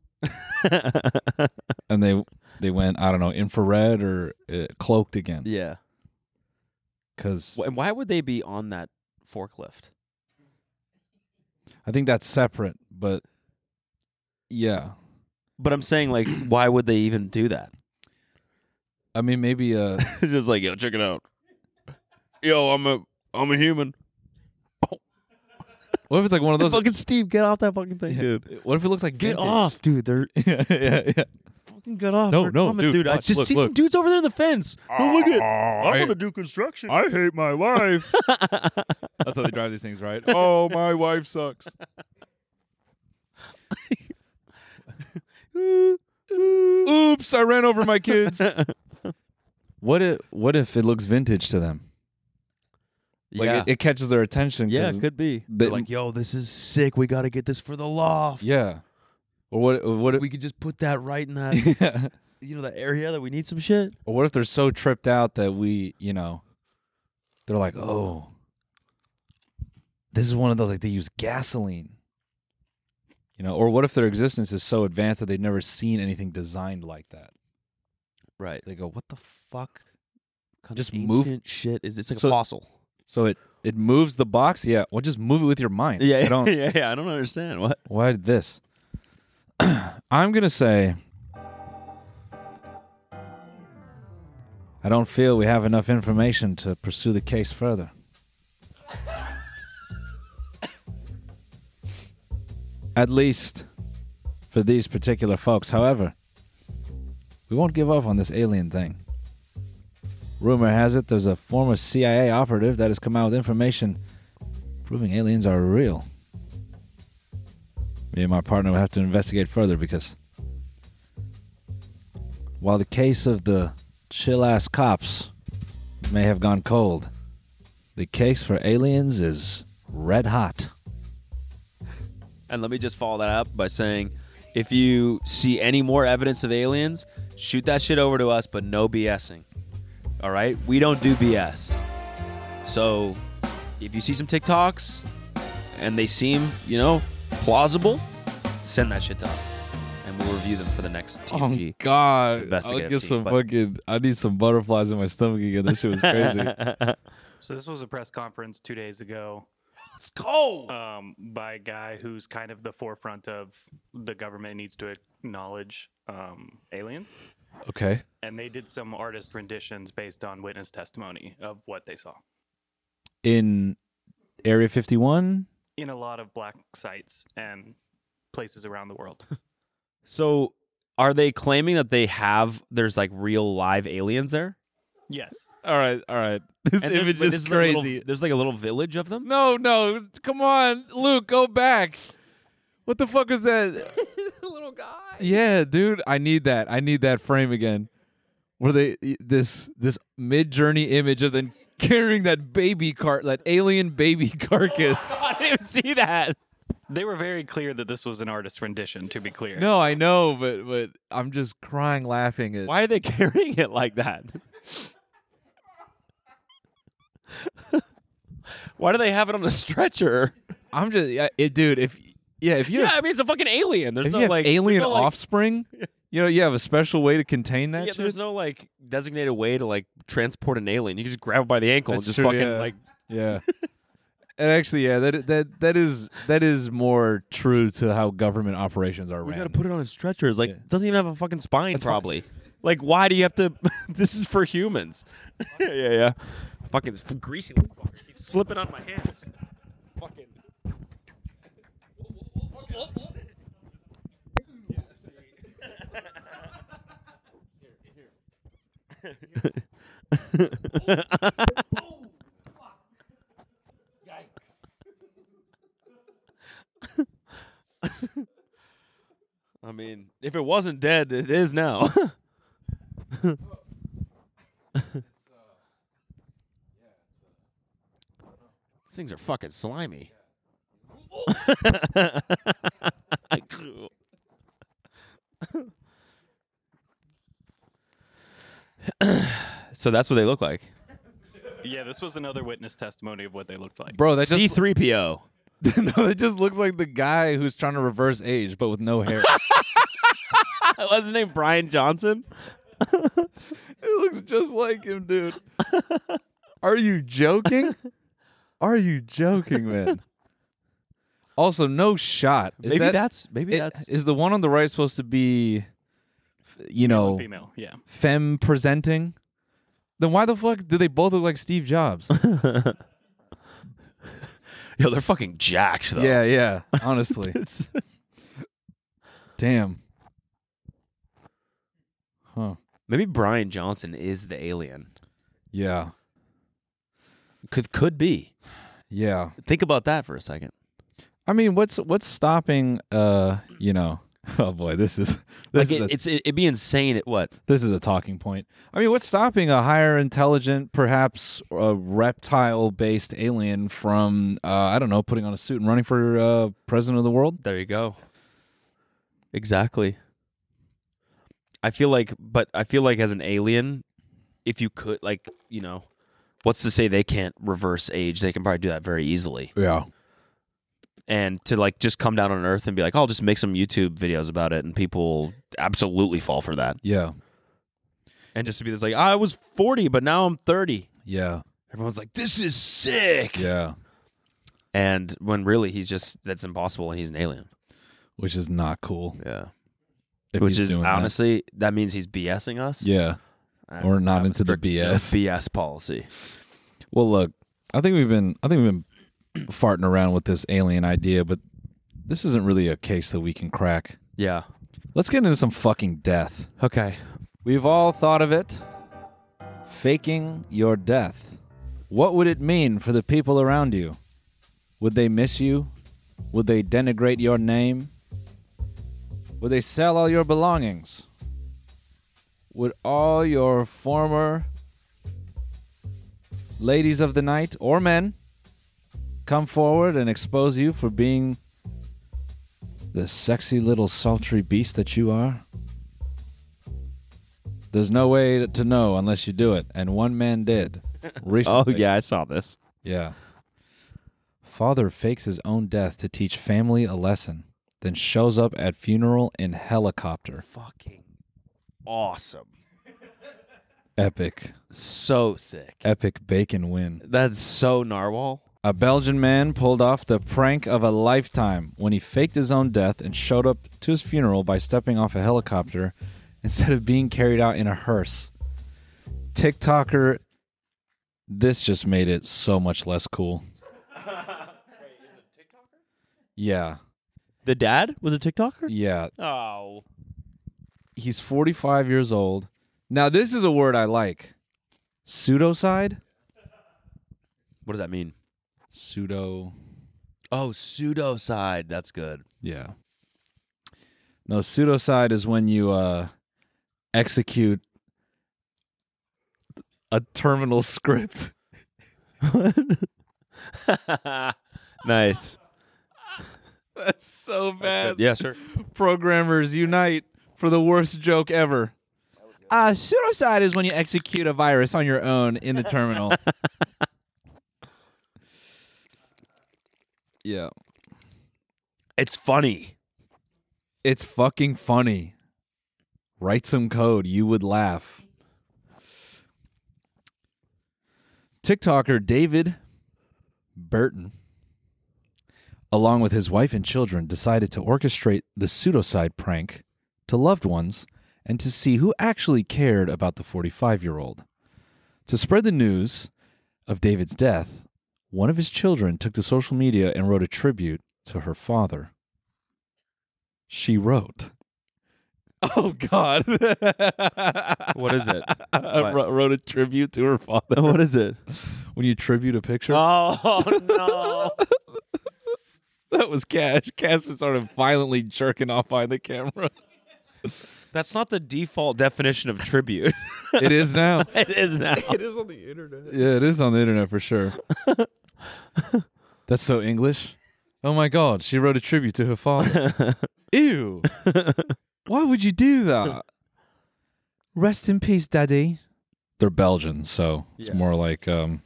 Speaker 1: and they they went, I don't know, infrared or uh, cloaked again.
Speaker 2: yeah
Speaker 1: Cuz
Speaker 2: Wh- And why would they be on that forklift?
Speaker 1: I think that's separate, but yeah.
Speaker 2: But I'm saying, [COUGHS] like, why would they even do that?
Speaker 1: I mean, maybe uh
Speaker 2: [LAUGHS] just like, yo, check it out. Yo, I'm a, I'm a human.
Speaker 1: What if it's like one of those
Speaker 2: fucking Steve, get off that fucking thing, dude.
Speaker 1: What if it looks like
Speaker 2: Get
Speaker 1: vintage?
Speaker 2: off, dude. They're
Speaker 1: [LAUGHS] yeah, yeah, yeah.
Speaker 2: fucking get off.
Speaker 1: No,
Speaker 2: They're
Speaker 1: no,
Speaker 2: coming,
Speaker 1: dude,
Speaker 2: I
Speaker 1: watch,
Speaker 2: just
Speaker 1: look,
Speaker 2: see some
Speaker 1: look.
Speaker 2: dudes over there on the fence. Oh, look at.
Speaker 1: I-
Speaker 2: I'm gonna do construction.
Speaker 1: I hate my
Speaker 2: [LAUGHS]
Speaker 1: life. That's how they drive these things, right? Oh, my wife
Speaker 2: [LAUGHS]
Speaker 1: sucks. Oops, I ran over my
Speaker 2: [LAUGHS]
Speaker 1: kids. what if what if it looks vintage to them? Like
Speaker 2: Yeah.
Speaker 1: it, it catches their attention.
Speaker 2: Yeah,
Speaker 1: 'cause
Speaker 2: it could be.
Speaker 1: they-
Speaker 2: They're like, yo, this is sick. We got to get this for the loft.
Speaker 1: yeah. Or what? Or what? If,
Speaker 2: We could just put that right in [LAUGHS] that,
Speaker 1: [LAUGHS]
Speaker 2: you know, that area that we need some shit.
Speaker 1: or what if they're so tripped out that we, you know, they're like, oh, this is one of those like they use gasoline. You know, or what if their existence is so advanced that they've never seen anything designed like that? Eh,
Speaker 2: Right.
Speaker 1: They go, what the fuck?
Speaker 2: Kind of
Speaker 1: Just move
Speaker 2: ancient shit. Is it's like a fossil?
Speaker 1: So it it moves the box. Yeah. Well, just move it with your mind.
Speaker 2: [LAUGHS] Yeah,
Speaker 1: I don't.
Speaker 2: yeah, yeah. I don't understand what.
Speaker 1: Why did this? [CLEARS THROAT] I'm gonna say I don't feel we have enough information to pursue the case further. [COUGHS] At least for these particular folks. However, we won't give up on this alien thing. Rumor has it there's a former CIA operative that has come out with information proving aliens are real. Me and my partner will have to investigate further because While the case of the chill ass cops may have gone cold, the case for aliens is red hot.
Speaker 2: And let me just follow that up by saying if you see any more evidence of aliens, shoot that shit over to us, but no BSing. All right? We don't do BS. So if you see some TikToks and they seem, you know, plausible, send that shit to us. And we'll review them for the next TMG.
Speaker 1: Oh God! I'll
Speaker 2: investigative
Speaker 1: get
Speaker 2: team,
Speaker 1: some
Speaker 2: but-
Speaker 1: fucking. I need some butterflies in my stomach again. This shit was
Speaker 2: [LAUGHS]
Speaker 1: crazy.
Speaker 20: So this was a press conference two days ago.
Speaker 2: Let's go.
Speaker 20: Um, by a guy who's kind of the forefront of the government needs to acknowledge um, aliens,
Speaker 1: okay.
Speaker 20: and they did some artist renditions based on witness testimony of what they saw
Speaker 1: In Area 51,
Speaker 20: in a lot of black sites and places around the world.
Speaker 2: So are they claiming that they have, there's like real live aliens there?
Speaker 20: yes.
Speaker 1: All right, all right. [LAUGHS] This
Speaker 2: And there's-
Speaker 1: image
Speaker 2: wait,
Speaker 1: is
Speaker 2: this like a
Speaker 1: crazy.
Speaker 2: little- there's like a little village of [LAUGHS] them.
Speaker 1: No, no, come on, Luke, go back. What the fuck
Speaker 21: [LAUGHS]
Speaker 1: is that?
Speaker 21: little guy.
Speaker 1: yeah, dude, I need that. I need that frame again. Where they y- this this mid journey image of them [LAUGHS] carrying that baby cart, that alien baby [LAUGHS] carcass.
Speaker 20: I didn't even see that. They were very clear that this was an artist rendition. To be clear,
Speaker 1: No, I know, but but I'm just crying laughing at.
Speaker 2: Why are they [LAUGHS] carrying it like that? [LAUGHS] Why do they have it on a stretcher?
Speaker 1: I'm just, yeah, it, dude. If yeah, if you
Speaker 2: yeah,
Speaker 1: have,
Speaker 2: I mean it's a fucking alien. There's
Speaker 1: if
Speaker 2: no
Speaker 1: you have
Speaker 2: like
Speaker 1: alien
Speaker 2: there's no, like-
Speaker 1: offspring, you know you have a special way to contain that.
Speaker 2: yeah,
Speaker 1: shit?
Speaker 2: there's no like designated way to like transport an alien. You just grab it by the ankle
Speaker 1: That's
Speaker 2: and just
Speaker 1: true,
Speaker 2: fucking
Speaker 1: yeah.
Speaker 2: like. [LAUGHS]
Speaker 1: yeah. And actually, yeah, that that that is that is more true to how government operations are
Speaker 2: We
Speaker 1: ran.
Speaker 2: gotta put it on a stretcher. It's like it doesn't even have a fucking spine.
Speaker 1: That's fine.
Speaker 2: probably. Like why do you have to? [LAUGHS] this is for humans. [LAUGHS] yeah, yeah, yeah. Fucking it's greasy little fucker keeps slipping on my hands. Fucking. I mean, if it wasn't dead, it is now. [LAUGHS] These things are fucking slimy. so that's what they look like.
Speaker 20: yeah, this was another witness testimony of what they looked like.
Speaker 1: Bro, that just-
Speaker 2: C3PO.
Speaker 1: [LAUGHS] no, it just looks like the guy who's trying to reverse age, but with no hair.
Speaker 2: Was his name Brian Johnson?
Speaker 1: it [LAUGHS] looks just like him, dude. Are you joking? Are you joking, man? Also, no shot. Is
Speaker 2: Maybe
Speaker 1: that-
Speaker 2: that's- maybe
Speaker 1: it-
Speaker 2: that's-
Speaker 1: is the one on the right supposed to be, f- you know,
Speaker 20: female, yeah.
Speaker 1: femme presenting. Then why the fuck do they both look like Steve
Speaker 2: [LAUGHS]
Speaker 1: Jobs?
Speaker 2: Yo, they're fucking jacked though.
Speaker 1: Yeah, yeah.
Speaker 2: [LAUGHS]
Speaker 1: Honestly,
Speaker 2: It's-
Speaker 1: damn. Huh.
Speaker 2: Maybe Brian Johnson is the alien.
Speaker 1: Yeah.
Speaker 2: Could could be.
Speaker 1: Yeah.
Speaker 2: Think about that for a second.
Speaker 1: I mean, what's what's stopping? Uh, you know, [LAUGHS] oh boy, this is this is
Speaker 2: like it,
Speaker 1: a,
Speaker 2: it's it, it'd be insane at what
Speaker 1: this is a talking point. I mean, what's stopping a higher intelligent, perhaps a reptile-based alien from uh, I don't know, putting on a suit and running for uh, president of the world?
Speaker 2: There you go. Exactly. I feel like, but I feel like as an alien, if you could, like, you know, what's to say they can't reverse age? They can probably do that very easily.
Speaker 1: Yeah.
Speaker 2: And to like just come down on Earth and be like, "Oh, I'll just make some YouTube videos about it, and people absolutely fall for that.
Speaker 1: Yeah.
Speaker 2: And just to be this like, I was 40, but now I'm 30.
Speaker 1: Yeah.
Speaker 2: Everyone's like, this is sick.
Speaker 1: Yeah.
Speaker 2: And when really he's just, that's impossible and he's an alien.
Speaker 1: Which is not cool.
Speaker 2: Yeah.
Speaker 1: If
Speaker 2: Which
Speaker 1: he's
Speaker 2: is
Speaker 1: doing that.
Speaker 2: honestly, that. means he's BSing us.
Speaker 1: Yeah.
Speaker 2: Uh,
Speaker 1: Or not
Speaker 2: I'm a
Speaker 1: into the
Speaker 2: strict no
Speaker 1: BS.
Speaker 2: BS policy.
Speaker 1: Well, look, I think we've been I think we've been [CLEARS THROAT] farting around with this alien idea, but this isn't really a case that we can crack.
Speaker 2: Yeah.
Speaker 1: Let's get into some fucking death.
Speaker 2: Okay.
Speaker 1: We've all thought of it. Faking your death. What would it mean for the people around you? Would they miss you? Would they denigrate your name? Would they sell all your belongings? Would all your former ladies of the night or men come forward and expose you for being the sexy little sultry beast that you are? There's no way to know unless you do it, and one man did recently.
Speaker 2: [LAUGHS] Oh yeah, I saw this.
Speaker 1: Yeah. Father fakes his own death to teach family a lesson, then shows up at funeral in helicopter.
Speaker 2: Fucking awesome.
Speaker 1: Epic.
Speaker 2: So sick.
Speaker 1: Epic bacon win.
Speaker 2: That's so narwhal.
Speaker 1: A Belgian man pulled off the prank of a lifetime when he faked his own death and showed up to his funeral by stepping off a helicopter instead of being carried out in a hearse. TikToker, this just made it so much less cool. Yeah.
Speaker 2: The dad was a TikToker?
Speaker 1: Yeah.
Speaker 2: Oh.
Speaker 1: He's 45 years old. Now, this is a word I like. Pseudocide?
Speaker 2: What does that mean?
Speaker 1: Pseudo.
Speaker 2: Oh, pseudocide. That's good.
Speaker 1: Yeah. No, pseudocide is when you uh, execute a terminal script.
Speaker 2: nice.
Speaker 1: That's so bad.
Speaker 2: Yeah, sure.
Speaker 1: Programmers unite for the worst joke ever. Uh, pseudocide is when you execute a virus on your own in the [LAUGHS] terminal. yeah.
Speaker 2: It's funny.
Speaker 1: It's fucking funny. Write some code. You would laugh. TikToker David Burton, along with his wife and children, decided to orchestrate the pseudocide prank to loved ones and to see who actually cared about the 45 year old. To spread the news of David's death, one of his children took to social media and wrote a tribute to her father. She wrote, Oh God! [LAUGHS]
Speaker 2: What is it? What?
Speaker 1: Wr- wrote a tribute to her father.
Speaker 2: What is it?
Speaker 1: [LAUGHS] When you tribute a picture,
Speaker 2: Oh no.
Speaker 1: [LAUGHS] that was Cash. Cash was sort of violently jerking off behind the camera.
Speaker 2: That's not the default definition of tribute.
Speaker 1: It is [LAUGHS] now.
Speaker 2: [LAUGHS] it is now.
Speaker 11: It is on the internet.
Speaker 1: Yeah, it is on the internet for sure. That's so English. Oh my God, she wrote a tribute to her father. Ew. Why would you do that? Rest in peace, Daddy. They're Belgians, so it's
Speaker 2: Yeah.
Speaker 1: more like um,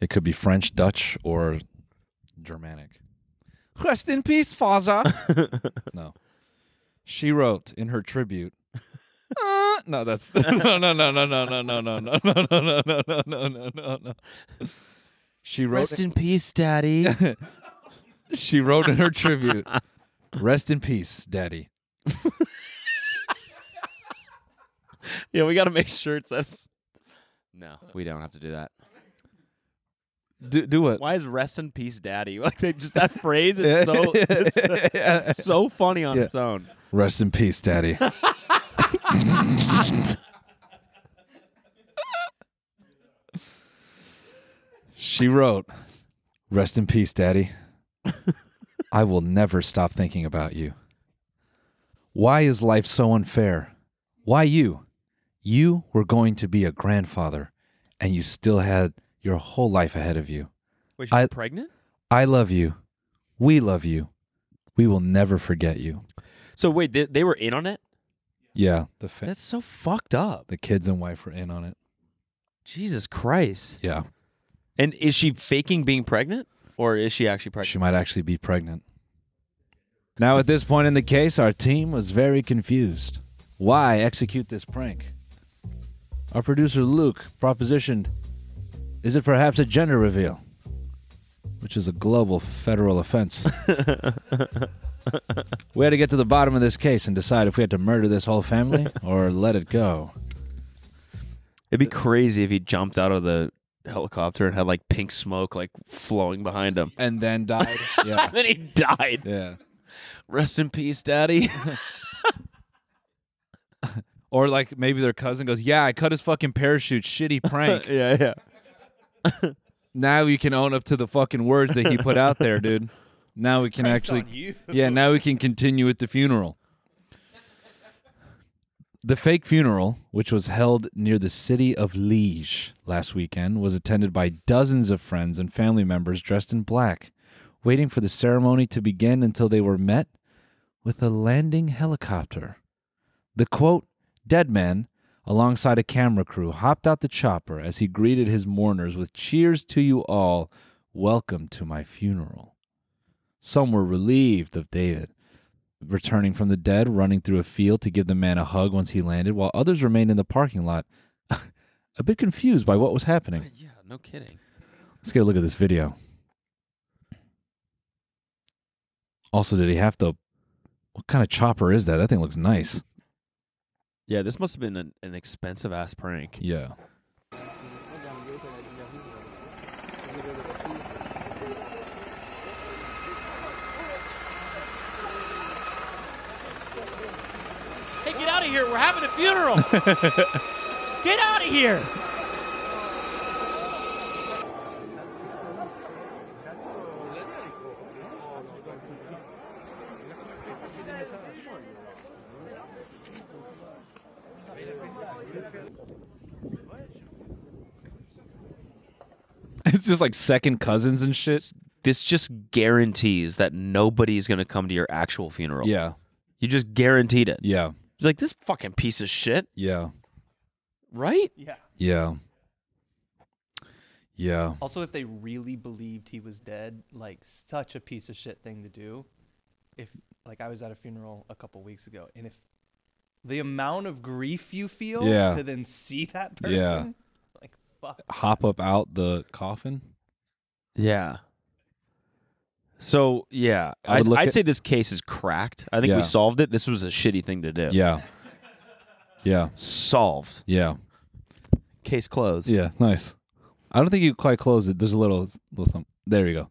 Speaker 1: it could be French, Dutch, or Germanic. Rest in peace, Faza. no. She wrote in her tribute. "Uh," [LAUGHS] no, that's no, no, no, no, no, no, no, no, no, no, no, no, no, no, no, no, no, no. She wrote.
Speaker 2: Rest in peace, Daddy.
Speaker 1: [LAUGHS] she wrote in her tribute. Rest in peace, Daddy.
Speaker 2: yeah, we got to make shirts. That's no, we don't have to do that.
Speaker 1: Do do what?
Speaker 2: Why is "Rest in Peace, Daddy"? [LAUGHS] Like they, just that phrase is so [LAUGHS] it's so funny on
Speaker 1: Yeah.
Speaker 2: its own.
Speaker 1: Rest in peace, Daddy. she wrote, Rest in peace, Daddy. I will never stop thinking about you. Why is life so unfair? Why you? You were going to be a grandfather, and you still had your whole life ahead of you.
Speaker 2: Wait, she's
Speaker 1: I-
Speaker 2: pregnant?
Speaker 1: I love you. We love you. We will never forget you.
Speaker 2: So wait, they, they were in on it?
Speaker 1: Yeah, the fa-
Speaker 2: That's so fucked up.
Speaker 1: the kids and wife were in on it.
Speaker 2: Jesus Christ!
Speaker 1: Yeah,
Speaker 2: And is she faking being pregnant, or is she actually pregnant?
Speaker 1: she might actually be pregnant. Now, at this point in the case, our team was very confused. Why execute this prank? Our producer Luke propositioned Is it perhaps a gender reveal? Which is a global federal [LAUGHS] offense. we had to get to the bottom of this case and decide if we had to murder this whole [LAUGHS] family or let it go.
Speaker 2: It'd be crazy if he jumped out of the helicopter and had like pink smoke like flowing behind him.
Speaker 1: And then died. Yeah.
Speaker 2: And then he died.
Speaker 1: Yeah.
Speaker 2: Rest in peace, Daddy.
Speaker 1: Or like maybe their cousin goes, "Yeah, I cut his fucking parachute. Shitty prank."
Speaker 2: [LAUGHS] yeah, yeah.
Speaker 1: now you can own up to the fucking words that he put out there, dude. Now we can [LAUGHS] actually, yeah. Now we can continue at the funeral. The fake funeral, which was held near the city of Liege last weekend, was attended by dozens of friends and family members dressed in black, waiting for the ceremony to begin until they were met with a landing helicopter. The quote, dead man, alongside a camera crew, hopped out the chopper as he greeted his mourners with cheers to you all, welcome to my funeral. Some were relieved of David returning from the dead, running through a field to give the man a hug once he landed, while others remained in the parking lot, [LAUGHS] a bit confused by what was happening.
Speaker 2: Yeah, no kidding.
Speaker 1: Let's get a look at this video. Also, did he have to? What kind of chopper is that? That thing looks nice.
Speaker 2: Yeah, this must have been an, an expensive ass prank.
Speaker 1: Yeah.
Speaker 3: Hey, get out of here. We're having a funeral. get out of here.
Speaker 1: [LAUGHS] It's just like second cousins and shit.
Speaker 2: This just guarantees that nobody's going to come to your actual funeral.
Speaker 1: Yeah.
Speaker 2: You just guaranteed it.
Speaker 1: Yeah.
Speaker 2: You're like, this fucking piece of shit,
Speaker 1: Yeah.
Speaker 2: right?
Speaker 11: Yeah.
Speaker 1: Yeah. Yeah.
Speaker 11: Also, if they really believed he was dead, like such a piece of shit thing to do. If like I was at a funeral a couple weeks ago, and if the amount of grief you feel
Speaker 1: Yeah.
Speaker 11: to then see that person,
Speaker 1: Yeah.
Speaker 11: like fuck.
Speaker 1: Hop up out the coffin.
Speaker 2: Yeah. So, yeah,
Speaker 1: I would
Speaker 2: I'd,
Speaker 1: look
Speaker 2: I'd
Speaker 1: at-
Speaker 2: say this case is cracked. I think
Speaker 1: Yeah.
Speaker 2: we solved it. This was a shitty thing to do.
Speaker 1: Yeah. Yeah.
Speaker 2: Solved.
Speaker 1: Yeah.
Speaker 2: Case closed.
Speaker 1: Yeah. Nice. I don't think you quite closed it. There's a little, little something. There you go.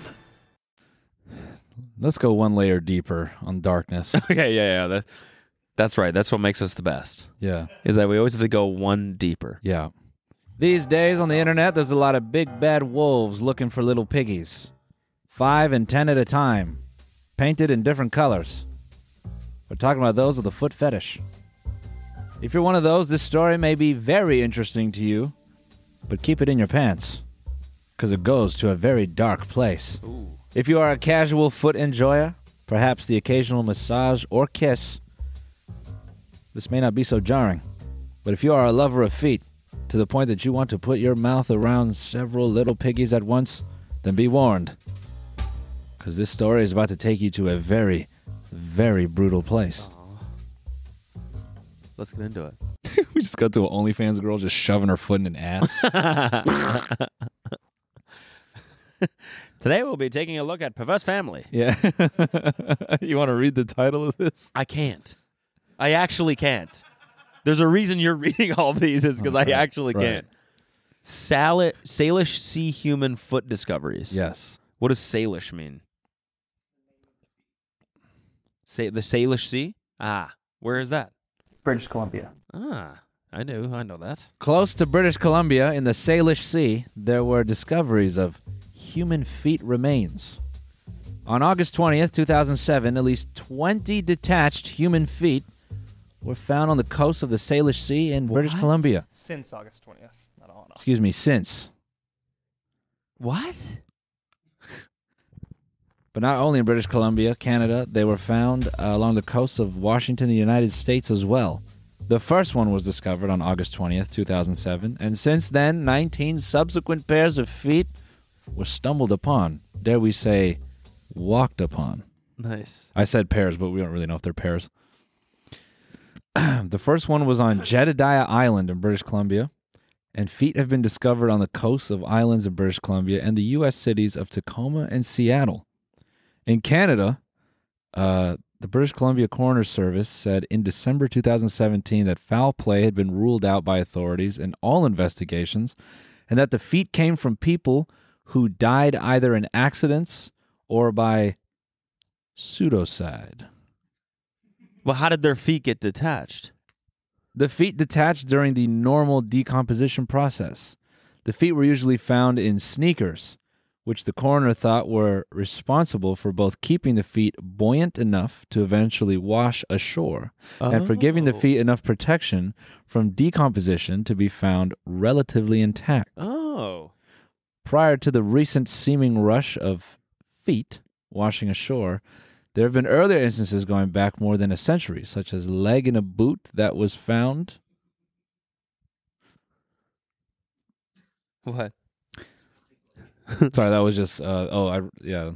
Speaker 1: Let's go one layer deeper on darkness.
Speaker 2: [LAUGHS] Okay, yeah, yeah. That, that's right. That's what makes us the best.
Speaker 1: Yeah.
Speaker 2: Is that we always have to go one deeper.
Speaker 1: Yeah. These days on the internet, there's a lot of big bad wolves looking for little piggies. Five and ten at a time, painted in different colors. We're talking about those with a foot fetish. If you're one of those, this story may be very interesting to you, but keep it in your pants, because it goes to a very dark place. If you are a casual foot enjoyer, perhaps the occasional massage or kiss, this may not be so jarring, but if you are a lover of feet, to the point that you want to put your mouth around several little piggies at once, then be warned. Because this story is about to take you to a very, very brutal place.
Speaker 2: Let's get into it.
Speaker 1: [LAUGHS] we just got to an OnlyFans girl just shoving her foot in an ass.
Speaker 2: Today we'll be taking a look at Perverse Family.
Speaker 1: [LAUGHS] yeah. [LAUGHS] you want to read the title of this?
Speaker 2: I can't. I actually can't. There's a reason you're [LAUGHS] reading all these is because
Speaker 1: Okay,
Speaker 2: I actually
Speaker 1: right.
Speaker 2: can't. Sali- Salish sea human foot discoveries.
Speaker 1: Yes.
Speaker 2: What does Salish mean? Say the Salish Sea. Ah, where is that?
Speaker 11: British Columbia.
Speaker 2: Ah, I knew. I know that.
Speaker 1: Close to British Columbia in the Salish Sea, there were discoveries of human feet remains. On August 20th, 2007, at least 20 detached human feet were found on the coast of the Salish Sea in British Columbia.
Speaker 11: Since August twentieth, not on.
Speaker 1: Excuse me, since.
Speaker 2: What?
Speaker 1: But not only in British Columbia, Canada, they were found uh, along the coasts of Washington, the United States as well. The first one was discovered on August 20th, 2007, and since then, 19 subsequent pairs of feet were stumbled upon, dare we say, walked upon.
Speaker 2: Nice.
Speaker 1: I said pairs, but we don't really know if they're pairs. [CLEARS THROAT] the first one was on Jedediah Island in British Columbia, and feet have been discovered on the coasts of islands in British Columbia and the U.S. cities of Tacoma and Seattle. In Canada, uh, The British Columbia Coroner Service said in December 2017 that foul play had been ruled out by authorities in all investigations and that the feet came from people who died either in accidents or by pseudocide.
Speaker 2: Well, how did their feet get detached?
Speaker 1: The feet detached during the normal decomposition process. The feet were usually found in sneakers, which the coroner thought were responsible for both keeping the feet buoyant enough to eventually wash ashore and for giving the
Speaker 2: Oh.
Speaker 1: feet enough protection from decomposition to be found relatively intact.
Speaker 2: Oh.
Speaker 1: Prior to the recent seeming rush of feet washing ashore, there have been earlier instances going back more than a century, such as leg in a boot that was found
Speaker 2: What?
Speaker 1: Sorry, that was just. Uh, oh, I yeah,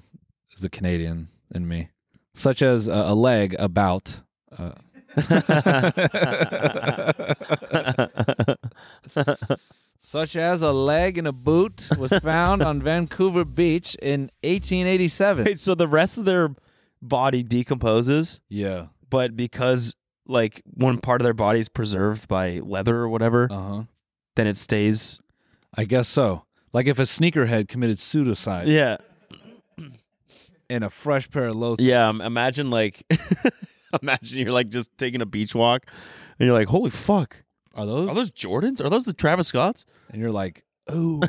Speaker 1: it's the Canadian in me, such as uh, a leg about. Uh, [LAUGHS] such as a leg in a boot was found
Speaker 2: [LAUGHS]
Speaker 1: on Vancouver Beach in 1887.
Speaker 2: Wait, so the rest of their body decomposes.
Speaker 1: Yeah.
Speaker 2: But because like one part of their body is preserved by leather or whatever,
Speaker 1: uh-huh.
Speaker 2: then it stays.
Speaker 1: I guess so. Like if a sneakerhead committed suicide.
Speaker 2: Yeah.
Speaker 1: And a fresh pair of low.
Speaker 2: Yeah, um, imagine like [LAUGHS] imagine you're like just taking a beach walk and you're like, "Holy fuck.
Speaker 1: Are those
Speaker 2: Are those Jordans? Are those the Travis Scotts?"
Speaker 1: And you're like,
Speaker 2: [LAUGHS]
Speaker 1: "Oh.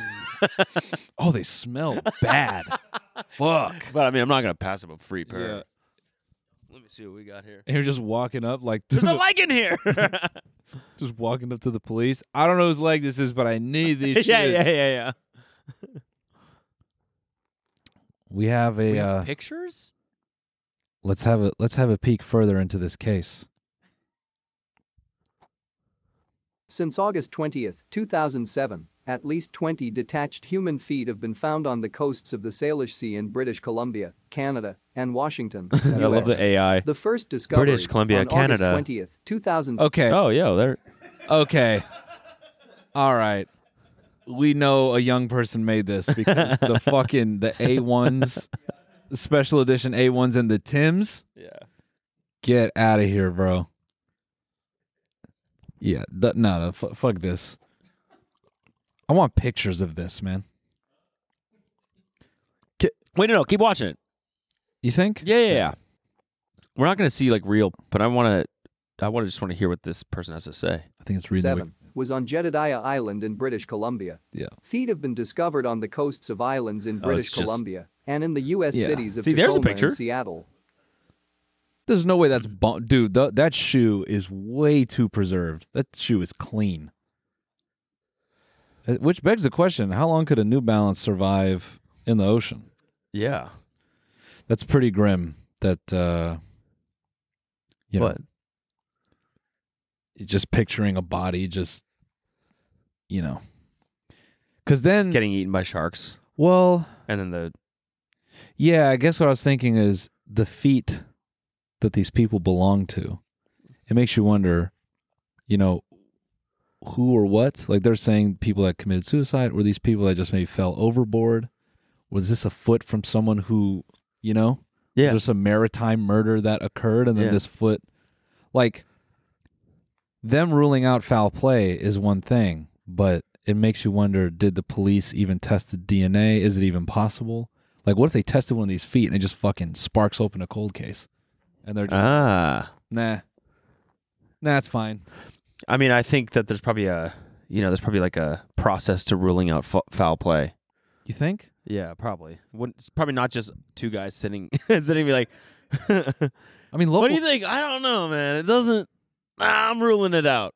Speaker 1: oh, they smell bad." Fuck.
Speaker 2: But I mean, I'm not going to pass up a free pair.
Speaker 1: Yeah.
Speaker 2: Let me see what we got [LAUGHS] here.
Speaker 1: And you're just walking up like [LAUGHS]
Speaker 2: There's a leg in [LAUGHS] here.
Speaker 1: just walking up to the police. I don't know whose leg this is, but I
Speaker 2: [LAUGHS]
Speaker 1: need these.
Speaker 2: yeah,
Speaker 1: shits.
Speaker 2: yeah, yeah, yeah.
Speaker 1: We have a.
Speaker 2: We have
Speaker 1: uh,
Speaker 2: pictures?
Speaker 1: let's have a let's have a peek further into this case.
Speaker 22: Since August 20, 2007, at least 20 detached human feet have been found on the coasts of the Salish Sea in British Columbia, Canada,
Speaker 1: [LAUGHS]
Speaker 22: and Washington.
Speaker 2: [LAUGHS] I love
Speaker 22: US.
Speaker 2: the AI.
Speaker 22: The first discovery
Speaker 2: British Columbia,
Speaker 22: on
Speaker 2: Canada.
Speaker 22: August 20th, 2000.
Speaker 1: Okay.
Speaker 2: Oh, yeah, there.
Speaker 1: Okay. All right. We know a young person made this
Speaker 2: [LAUGHS]
Speaker 1: because the fucking the A ones, special edition A ones and the Tims.
Speaker 2: Yeah.
Speaker 1: Get out of here, bro. Yeah. th- no, no. F- fuck this. I want pictures of this, man.
Speaker 2: Wait, no, no, keep watching it.
Speaker 1: You think?
Speaker 2: Yeah, yeah, yeah. We're not going to see like real, but I want to I want to just want to hear what this person has to say.
Speaker 1: I think it's
Speaker 22: Seven was on Jedediah Island in British Columbia.
Speaker 1: Yeah.
Speaker 22: Feet have been discovered on the coasts of islands in
Speaker 2: Oh,
Speaker 22: British
Speaker 2: it's just-
Speaker 22: Columbia and in the U.S.
Speaker 1: Yeah.
Speaker 22: cities of
Speaker 1: See, there's a
Speaker 22: Tacoma
Speaker 1: picture.
Speaker 22: and Seattle.
Speaker 1: There's no way that's bon- dude. Th- that shoe is way too preserved. That shoe is clean. Uh, Which begs the question: How long could a New Balance survive in the ocean?
Speaker 2: Yeah.
Speaker 1: That's pretty grim. That uh, you know,
Speaker 2: What?
Speaker 1: just picturing a body, just you know, because then
Speaker 2: getting eaten by sharks.
Speaker 1: Well,
Speaker 2: and then the
Speaker 1: Yeah, I guess what I was thinking is the feet that these people belong to. It makes you wonder, you know, who or what? Like they're saying people that committed suicide were these people that just maybe fell overboard? Was this a foot from someone who, you know,
Speaker 2: Yeah.
Speaker 1: was this a maritime murder that occurred and then
Speaker 2: Yeah.
Speaker 1: this foot like them ruling out foul play is one thing, but it makes you wonder did the police even test the DNA? Is it even possible? Like, what if they tested one of these feet and it just fucking sparks open a cold case? And they're just,
Speaker 2: ah.
Speaker 1: nah, nah, it's fine.
Speaker 2: I mean, I think that there's probably a you know there's probably like a process to ruling out fou- foul play.
Speaker 1: You think?
Speaker 2: Yeah, probably. Wouldn't, it's probably not just two guys sitting [LAUGHS] sitting be like. I
Speaker 1: mean,
Speaker 2: what do you think? I don't know, man. It doesn't. Ah, I'm ruling it out.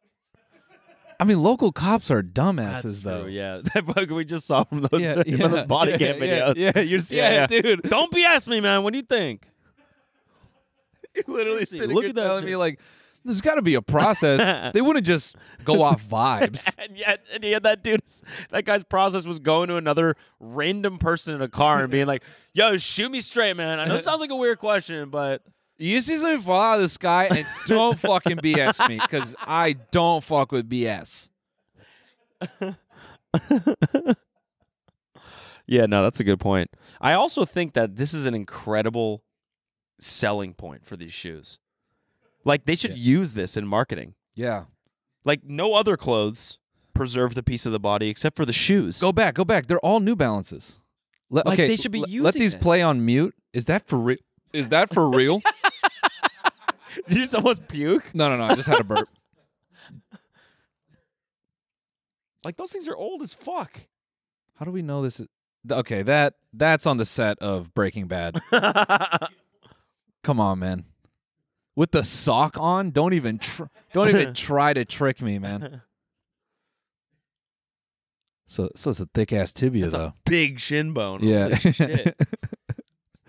Speaker 1: I mean, local cops are dumbasses, though.
Speaker 2: Yeah, [LAUGHS] that bug we just saw from [LAUGHS] those,
Speaker 1: Yeah,
Speaker 2: from
Speaker 1: yeah,
Speaker 2: those
Speaker 1: [LAUGHS]
Speaker 2: body
Speaker 1: yeah,
Speaker 2: cam
Speaker 1: yeah,
Speaker 2: videos.
Speaker 1: yeah, you're-
Speaker 2: [LAUGHS]
Speaker 1: yeah, dude.
Speaker 2: Don't BS me, man. What do you think?
Speaker 1: You're literally
Speaker 2: Seriously,
Speaker 1: sitting
Speaker 2: look
Speaker 1: here
Speaker 2: at that
Speaker 1: telling
Speaker 2: shit.
Speaker 1: me, like, there's got to be a
Speaker 2: [LAUGHS]
Speaker 1: process. they wouldn't just go off vibes.
Speaker 2: and yet, and yet that dude, that guy's process was going to another random person in a car and being like, [LAUGHS] "Yo, shoot me straight, man. I know it sounds like a weird question, but
Speaker 1: You see something fall out of the sky and don't fucking BS me because I don't fuck with BS.
Speaker 2: yeah, no, that's a good point. I also think that this is an incredible selling point for these shoes. Like they should use this in marketing.
Speaker 1: Yeah.
Speaker 2: Like no other clothes preserve the piece of the body except for the shoes.
Speaker 1: Go back, go back. They're all New Balances. Let,
Speaker 2: Like,
Speaker 1: okay,
Speaker 2: they should be
Speaker 1: l- Let
Speaker 2: using
Speaker 1: these
Speaker 2: that.
Speaker 1: play on mute. Is that for real? Is that for real?
Speaker 2: Did [LAUGHS] you just almost puke?
Speaker 1: No, no, no. I just had a burp.
Speaker 2: Like those things are old as fuck.
Speaker 1: How do we know this? Is, th- okay, that that's on the set of Breaking
Speaker 2: [LAUGHS]
Speaker 1: Bad. Come on, man. With the sock on, don't even tr- don't
Speaker 2: [LAUGHS]
Speaker 1: even try to trick me, man. So so it's a thick ass tibia
Speaker 2: That's a
Speaker 1: though.
Speaker 2: Big shin bone.
Speaker 1: Yeah.
Speaker 2: Holy shit.
Speaker 1: [LAUGHS]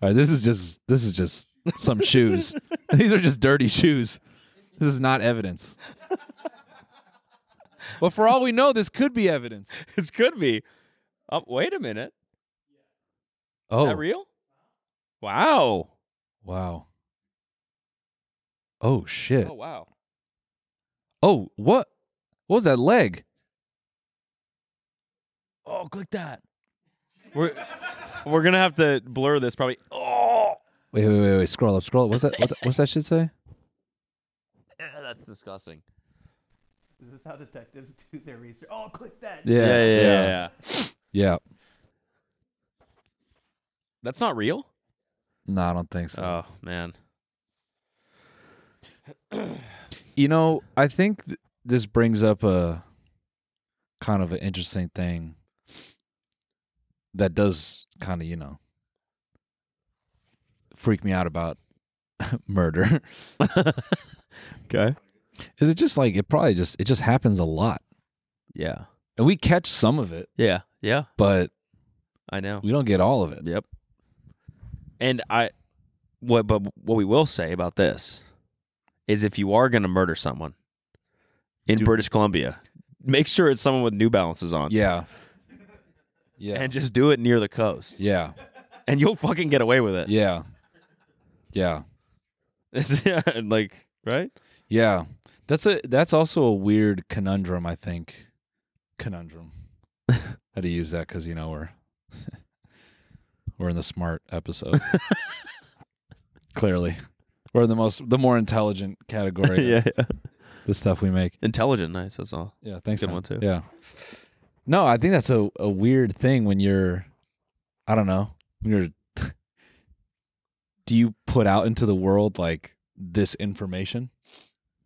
Speaker 1: All right, this is just this is just some
Speaker 2: [LAUGHS]
Speaker 1: shoes. These are just dirty shoes. This is not evidence. But for all we know, this could be evidence.
Speaker 2: [LAUGHS] this could be. Um, wait a minute.
Speaker 1: Oh,
Speaker 2: Is that real? Wow.
Speaker 1: wow. Oh shit.
Speaker 2: Oh wow.
Speaker 1: Oh, what? What was that leg?
Speaker 2: Oh, click that. We're we're gonna have to blur this probably. Oh,
Speaker 1: Wait, wait, wait, wait. Scroll up, scroll up. What's that? What's that, what's that shit say?
Speaker 2: that's disgusting.
Speaker 11: Is this how detectives do their research? Oh, click that.
Speaker 1: Yeah,
Speaker 2: Yeah, yeah,
Speaker 1: yeah.
Speaker 2: yeah.
Speaker 1: Yeah.
Speaker 2: That's not real.
Speaker 1: No, I don't think so.
Speaker 2: Oh man.
Speaker 1: You know, I think th- this brings up a kind of an interesting thing that does kind of, you know, freak me out about [LAUGHS] murder. [LAUGHS]
Speaker 2: okay.
Speaker 1: Is it just like it probably just it just happens a lot.
Speaker 2: Yeah.
Speaker 1: And we catch some of it,
Speaker 2: Yeah. Yeah.
Speaker 1: but
Speaker 2: I know.
Speaker 1: we don't get all of it.
Speaker 2: Yep. And I, what, but what we will say about this is if you are going to murder someone in British Columbia, make sure it's someone with New Balances on.
Speaker 1: Yeah. Yeah.
Speaker 2: And just do it near the coast.
Speaker 1: Yeah.
Speaker 2: And you'll fucking get away with it.
Speaker 1: Yeah. Yeah.
Speaker 2: [LAUGHS] Yeah. like, right?
Speaker 1: Yeah. That's a that's also a weird conundrum, I think. Conundrum. How to use that cuz you know we're [LAUGHS] we're in the smart episode. Clearly. We're in the most the more intelligent category. of
Speaker 2: [LAUGHS] Yeah, yeah.
Speaker 1: The stuff we make.
Speaker 2: Intelligent, nice. That's all.
Speaker 1: Yeah, thanks.
Speaker 2: Good
Speaker 1: man.
Speaker 2: one, too.
Speaker 1: Yeah. No, I think that's a, a weird thing when you're I don't know, when you're [LAUGHS] do you put out into the world like this information?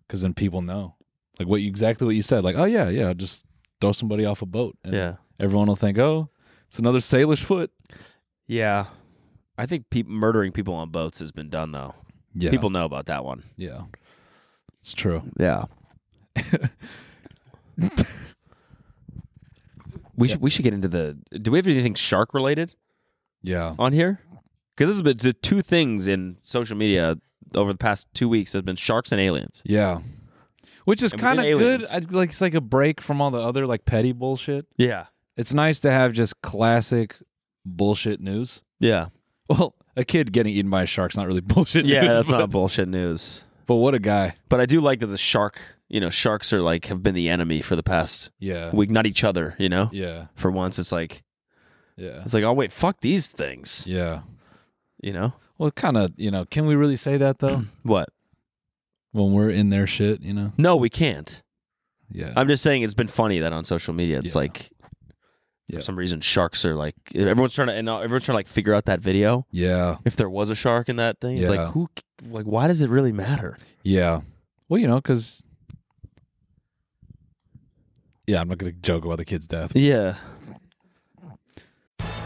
Speaker 1: Cuz then people know. Like what you- exactly what you said, like, "Oh yeah, yeah, just throw somebody off a boat." And
Speaker 2: Yeah.
Speaker 1: Everyone will think, "Oh, it's another sailor's foot."
Speaker 2: Yeah. I think peop murdering people on boats has been done, though.
Speaker 1: Yeah.
Speaker 2: People know about that one.
Speaker 1: Yeah. It's true.
Speaker 2: Yeah. We should we should get into the. Do we have anything shark related
Speaker 1: Yeah.
Speaker 2: on here? Because this has been the two things in social media over the past two weeks has been sharks and aliens.
Speaker 1: Yeah. Which is
Speaker 2: And within
Speaker 1: kind of good.
Speaker 2: aliens.
Speaker 1: I, like it's like a break from all the other like petty bullshit.
Speaker 2: Yeah.
Speaker 1: It's nice to have just classic bullshit news.
Speaker 2: Yeah.
Speaker 1: Well, a kid getting eaten by a shark's not really [LAUGHS] bullshit
Speaker 2: Yeah,
Speaker 1: news.
Speaker 2: that's
Speaker 1: but, [LAUGHS]
Speaker 2: not bullshit news.
Speaker 1: but what a guy.
Speaker 2: But I do like that the shark, you know, sharks are like have been the enemy for the past
Speaker 1: Yeah.
Speaker 2: week, not each other, you know.
Speaker 1: Yeah.
Speaker 2: For once, it's like
Speaker 1: Yeah.
Speaker 2: it's like oh wait, fuck these things,
Speaker 1: Yeah.
Speaker 2: you know
Speaker 1: Well, kind of, you know, can we really say that
Speaker 2: [CLEARS THROAT]
Speaker 1: though?
Speaker 2: what?
Speaker 1: when we're in their shit, you know?
Speaker 2: No, we can't.
Speaker 1: Yeah.
Speaker 2: I'm just saying it's been funny that on social media it's like
Speaker 1: Yeah.
Speaker 2: for some reason sharks are like everyone's trying to and now everyone's trying to like figure out that video.
Speaker 1: Yeah.
Speaker 2: If there was a shark in that thing, it's
Speaker 1: Yeah.
Speaker 2: like who like why does it really matter?
Speaker 1: Yeah. Well, you know, cuz Yeah, I'm not going to joke about the kid's death.
Speaker 2: Yeah.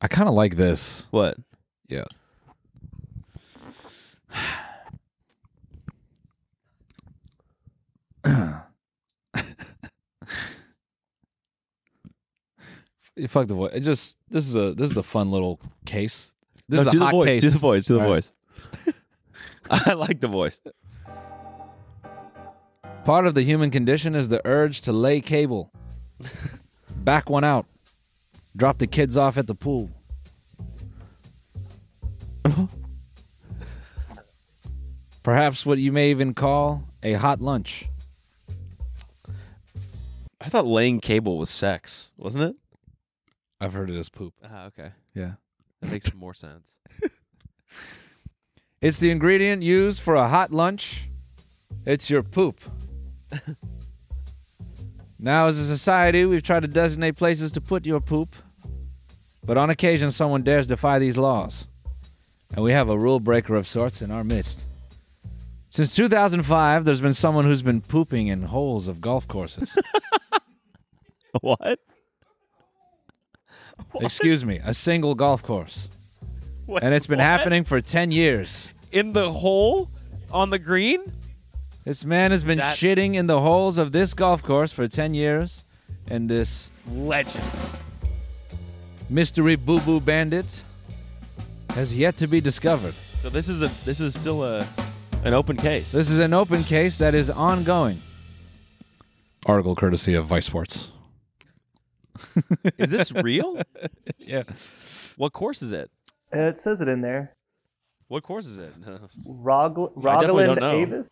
Speaker 1: I kind of like this.
Speaker 2: What?
Speaker 1: Yeah. You fuck the voice. It just this is a this is a fun little case. This
Speaker 2: No,
Speaker 1: is a
Speaker 2: do the
Speaker 1: hot
Speaker 2: voice,
Speaker 1: case.
Speaker 2: do the voice, [LAUGHS] do the
Speaker 1: All
Speaker 2: voice. I like the voice.
Speaker 1: Part of the human condition is the urge to lay cable. Back one out. Drop the kids off at the pool. Perhaps what you may even call a hot lunch.
Speaker 2: I thought laying cable was sex, wasn't it?
Speaker 1: I've heard it as poop.
Speaker 2: Ah, okay.
Speaker 1: Yeah.
Speaker 2: That makes [LAUGHS] more sense.
Speaker 1: It's the ingredient used for a hot lunch. It's your
Speaker 2: [LAUGHS]
Speaker 1: poop. now, as a society, we've tried to designate places to put your poop, but on occasion, someone dares defy these laws, and we have a rule breaker of sorts in our midst. Since 2005, there's been someone who's been pooping in holes of golf courses.
Speaker 2: [LAUGHS] what?
Speaker 1: Excuse me, a single golf course.
Speaker 2: Wait,
Speaker 1: and it's been
Speaker 2: what?
Speaker 1: happening for 10 years.
Speaker 2: In the hole on the green?
Speaker 1: This man has been
Speaker 2: That-
Speaker 1: shitting in the holes of this golf course for 10 years, and this
Speaker 2: Legend.
Speaker 1: mystery boo boo bandit has yet to be discovered.
Speaker 2: So this is a this is still a an open case.
Speaker 1: This is an open case that is ongoing. Article courtesy of Vice Sports. [LAUGHS]
Speaker 2: Is this real?
Speaker 1: yeah.
Speaker 2: What course is it?
Speaker 23: Uh, It says it in there.
Speaker 2: What course is it?
Speaker 23: Rogl-
Speaker 2: I definitely don't
Speaker 23: Rogland
Speaker 2: know.
Speaker 23: Avis.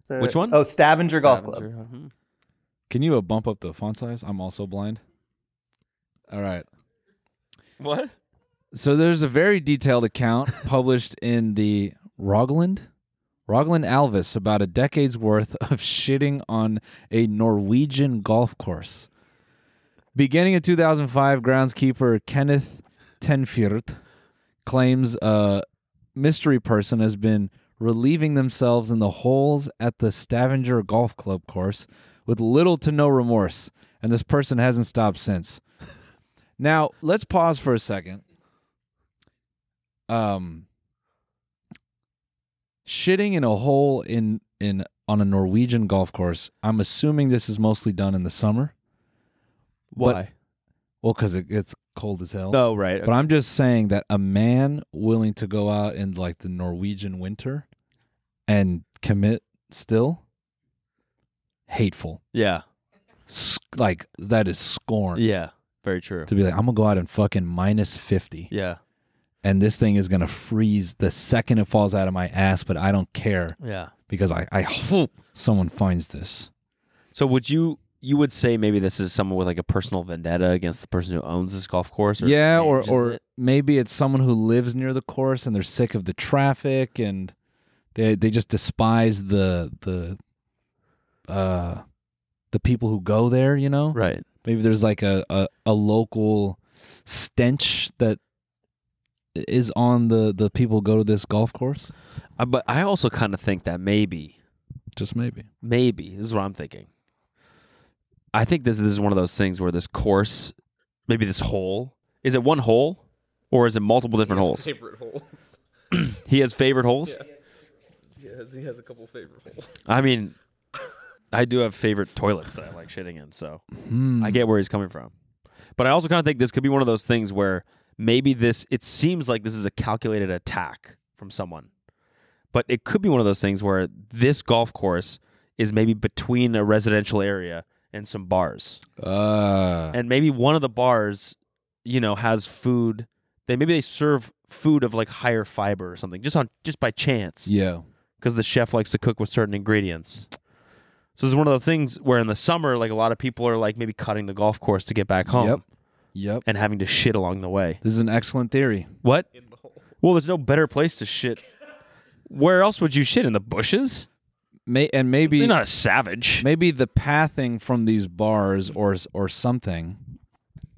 Speaker 23: It's a-
Speaker 1: Which one?
Speaker 23: Oh, Stavanger Golf Club.
Speaker 2: Stavanger, mhm.
Speaker 1: Can you uh, bump up the font size? I'm also blind. All right.
Speaker 2: What?
Speaker 1: So there's a very detailed account published in the Rogland Rogland Alvis about a decade's worth of shitting on a Norwegian golf course. Beginning in 2005, groundskeeper Kenneth Tenfjord claims a mystery person has been relieving themselves in the holes at the Stavanger Golf Club course with little to no remorse, and this person hasn't stopped since. Now, let's pause for a second um shitting in a hole in in on a Norwegian golf course. I'm assuming this is mostly done in the summer. But-
Speaker 2: Why?
Speaker 1: well, because it gets cold as hell.
Speaker 2: Oh, right,
Speaker 1: But
Speaker 2: okay.
Speaker 1: I'm just saying that a man willing to go out in like the Norwegian winter and commit still hateful.
Speaker 2: Yeah.
Speaker 1: S- like that is scorn.
Speaker 2: Yeah. Very true.
Speaker 1: To be like, I'm gonna go out and fucking minus fifty.
Speaker 2: Yeah.
Speaker 1: And this thing is gonna freeze the second it falls out of my ass, but I don't care.
Speaker 2: Yeah.
Speaker 1: Because I, I hope someone finds this.
Speaker 2: So would you you would say maybe this is someone with like a personal vendetta against the person who owns this golf course? Or
Speaker 1: yeah, or
Speaker 2: manages
Speaker 1: or
Speaker 2: it?
Speaker 1: maybe it's someone who lives near the course and they're sick of the traffic and they they just despise the the uh the people who go there, you know?
Speaker 2: Right.
Speaker 1: Maybe there's like a, a, a local stench that is on the the people who go to this golf course.
Speaker 2: Uh, but I also kind of think that maybe,
Speaker 1: just maybe,
Speaker 2: maybe this is what I'm thinking. I think this, this is one of those things where this course, maybe this hole, is it one hole, or is it multiple different holes?
Speaker 21: Favorite holes.
Speaker 2: [CLEARS THROAT] he has favorite holes.
Speaker 21: He has, he has a couple favorite holes.
Speaker 2: I mean, I do have favorite toilets that I like shitting in, so
Speaker 21: Hmm.
Speaker 2: I get where he's coming from. But I also kind of think this could be one of those things where maybe this it seems like this is a calculated attack from someone. But it could be one of those things where this golf course is maybe between a residential area and some bars.
Speaker 1: Uh
Speaker 2: and maybe one of the bars, you know, has food. They maybe they serve food of like higher fiber or something just on just by chance.
Speaker 1: Yeah.
Speaker 2: because the chef likes to cook with certain ingredients. So this is one of the things where in the summer, like a lot of people are like maybe cutting the golf course to get back home.
Speaker 1: Yep. Yep.
Speaker 2: And having to shit along the way.
Speaker 1: This is an excellent theory.
Speaker 2: What? Well, there's no better place to shit. Where else would you shit in the bushes?
Speaker 1: May and maybe
Speaker 2: You're not a savage.
Speaker 1: Maybe the pathing from these bars or or something.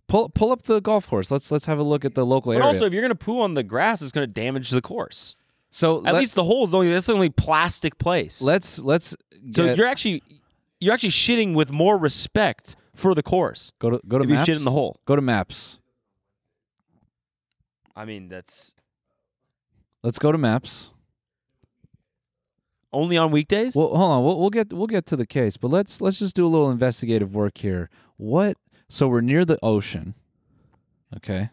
Speaker 1: Pull pull up the golf course. Let's let's have a look at the local
Speaker 2: But
Speaker 1: area.
Speaker 2: also, if you're gonna poo on the grass, it's gonna damage the course.
Speaker 1: So
Speaker 2: at
Speaker 1: let-
Speaker 2: least the hole is the only that's the only plastic place.
Speaker 1: Let's let's.
Speaker 2: So
Speaker 1: get-
Speaker 2: you're actually you're actually shitting with more respect for the course.
Speaker 1: Go to go to
Speaker 2: if you
Speaker 1: maps.
Speaker 2: shit in the hole.
Speaker 1: Go to maps.
Speaker 2: I mean, that's
Speaker 1: Let's go to maps.
Speaker 2: Only on weekdays?
Speaker 1: Well, hold on. We'll, we'll get we'll get to the case, but let's let's just do a little investigative work here. What? So we're near the ocean. Okay.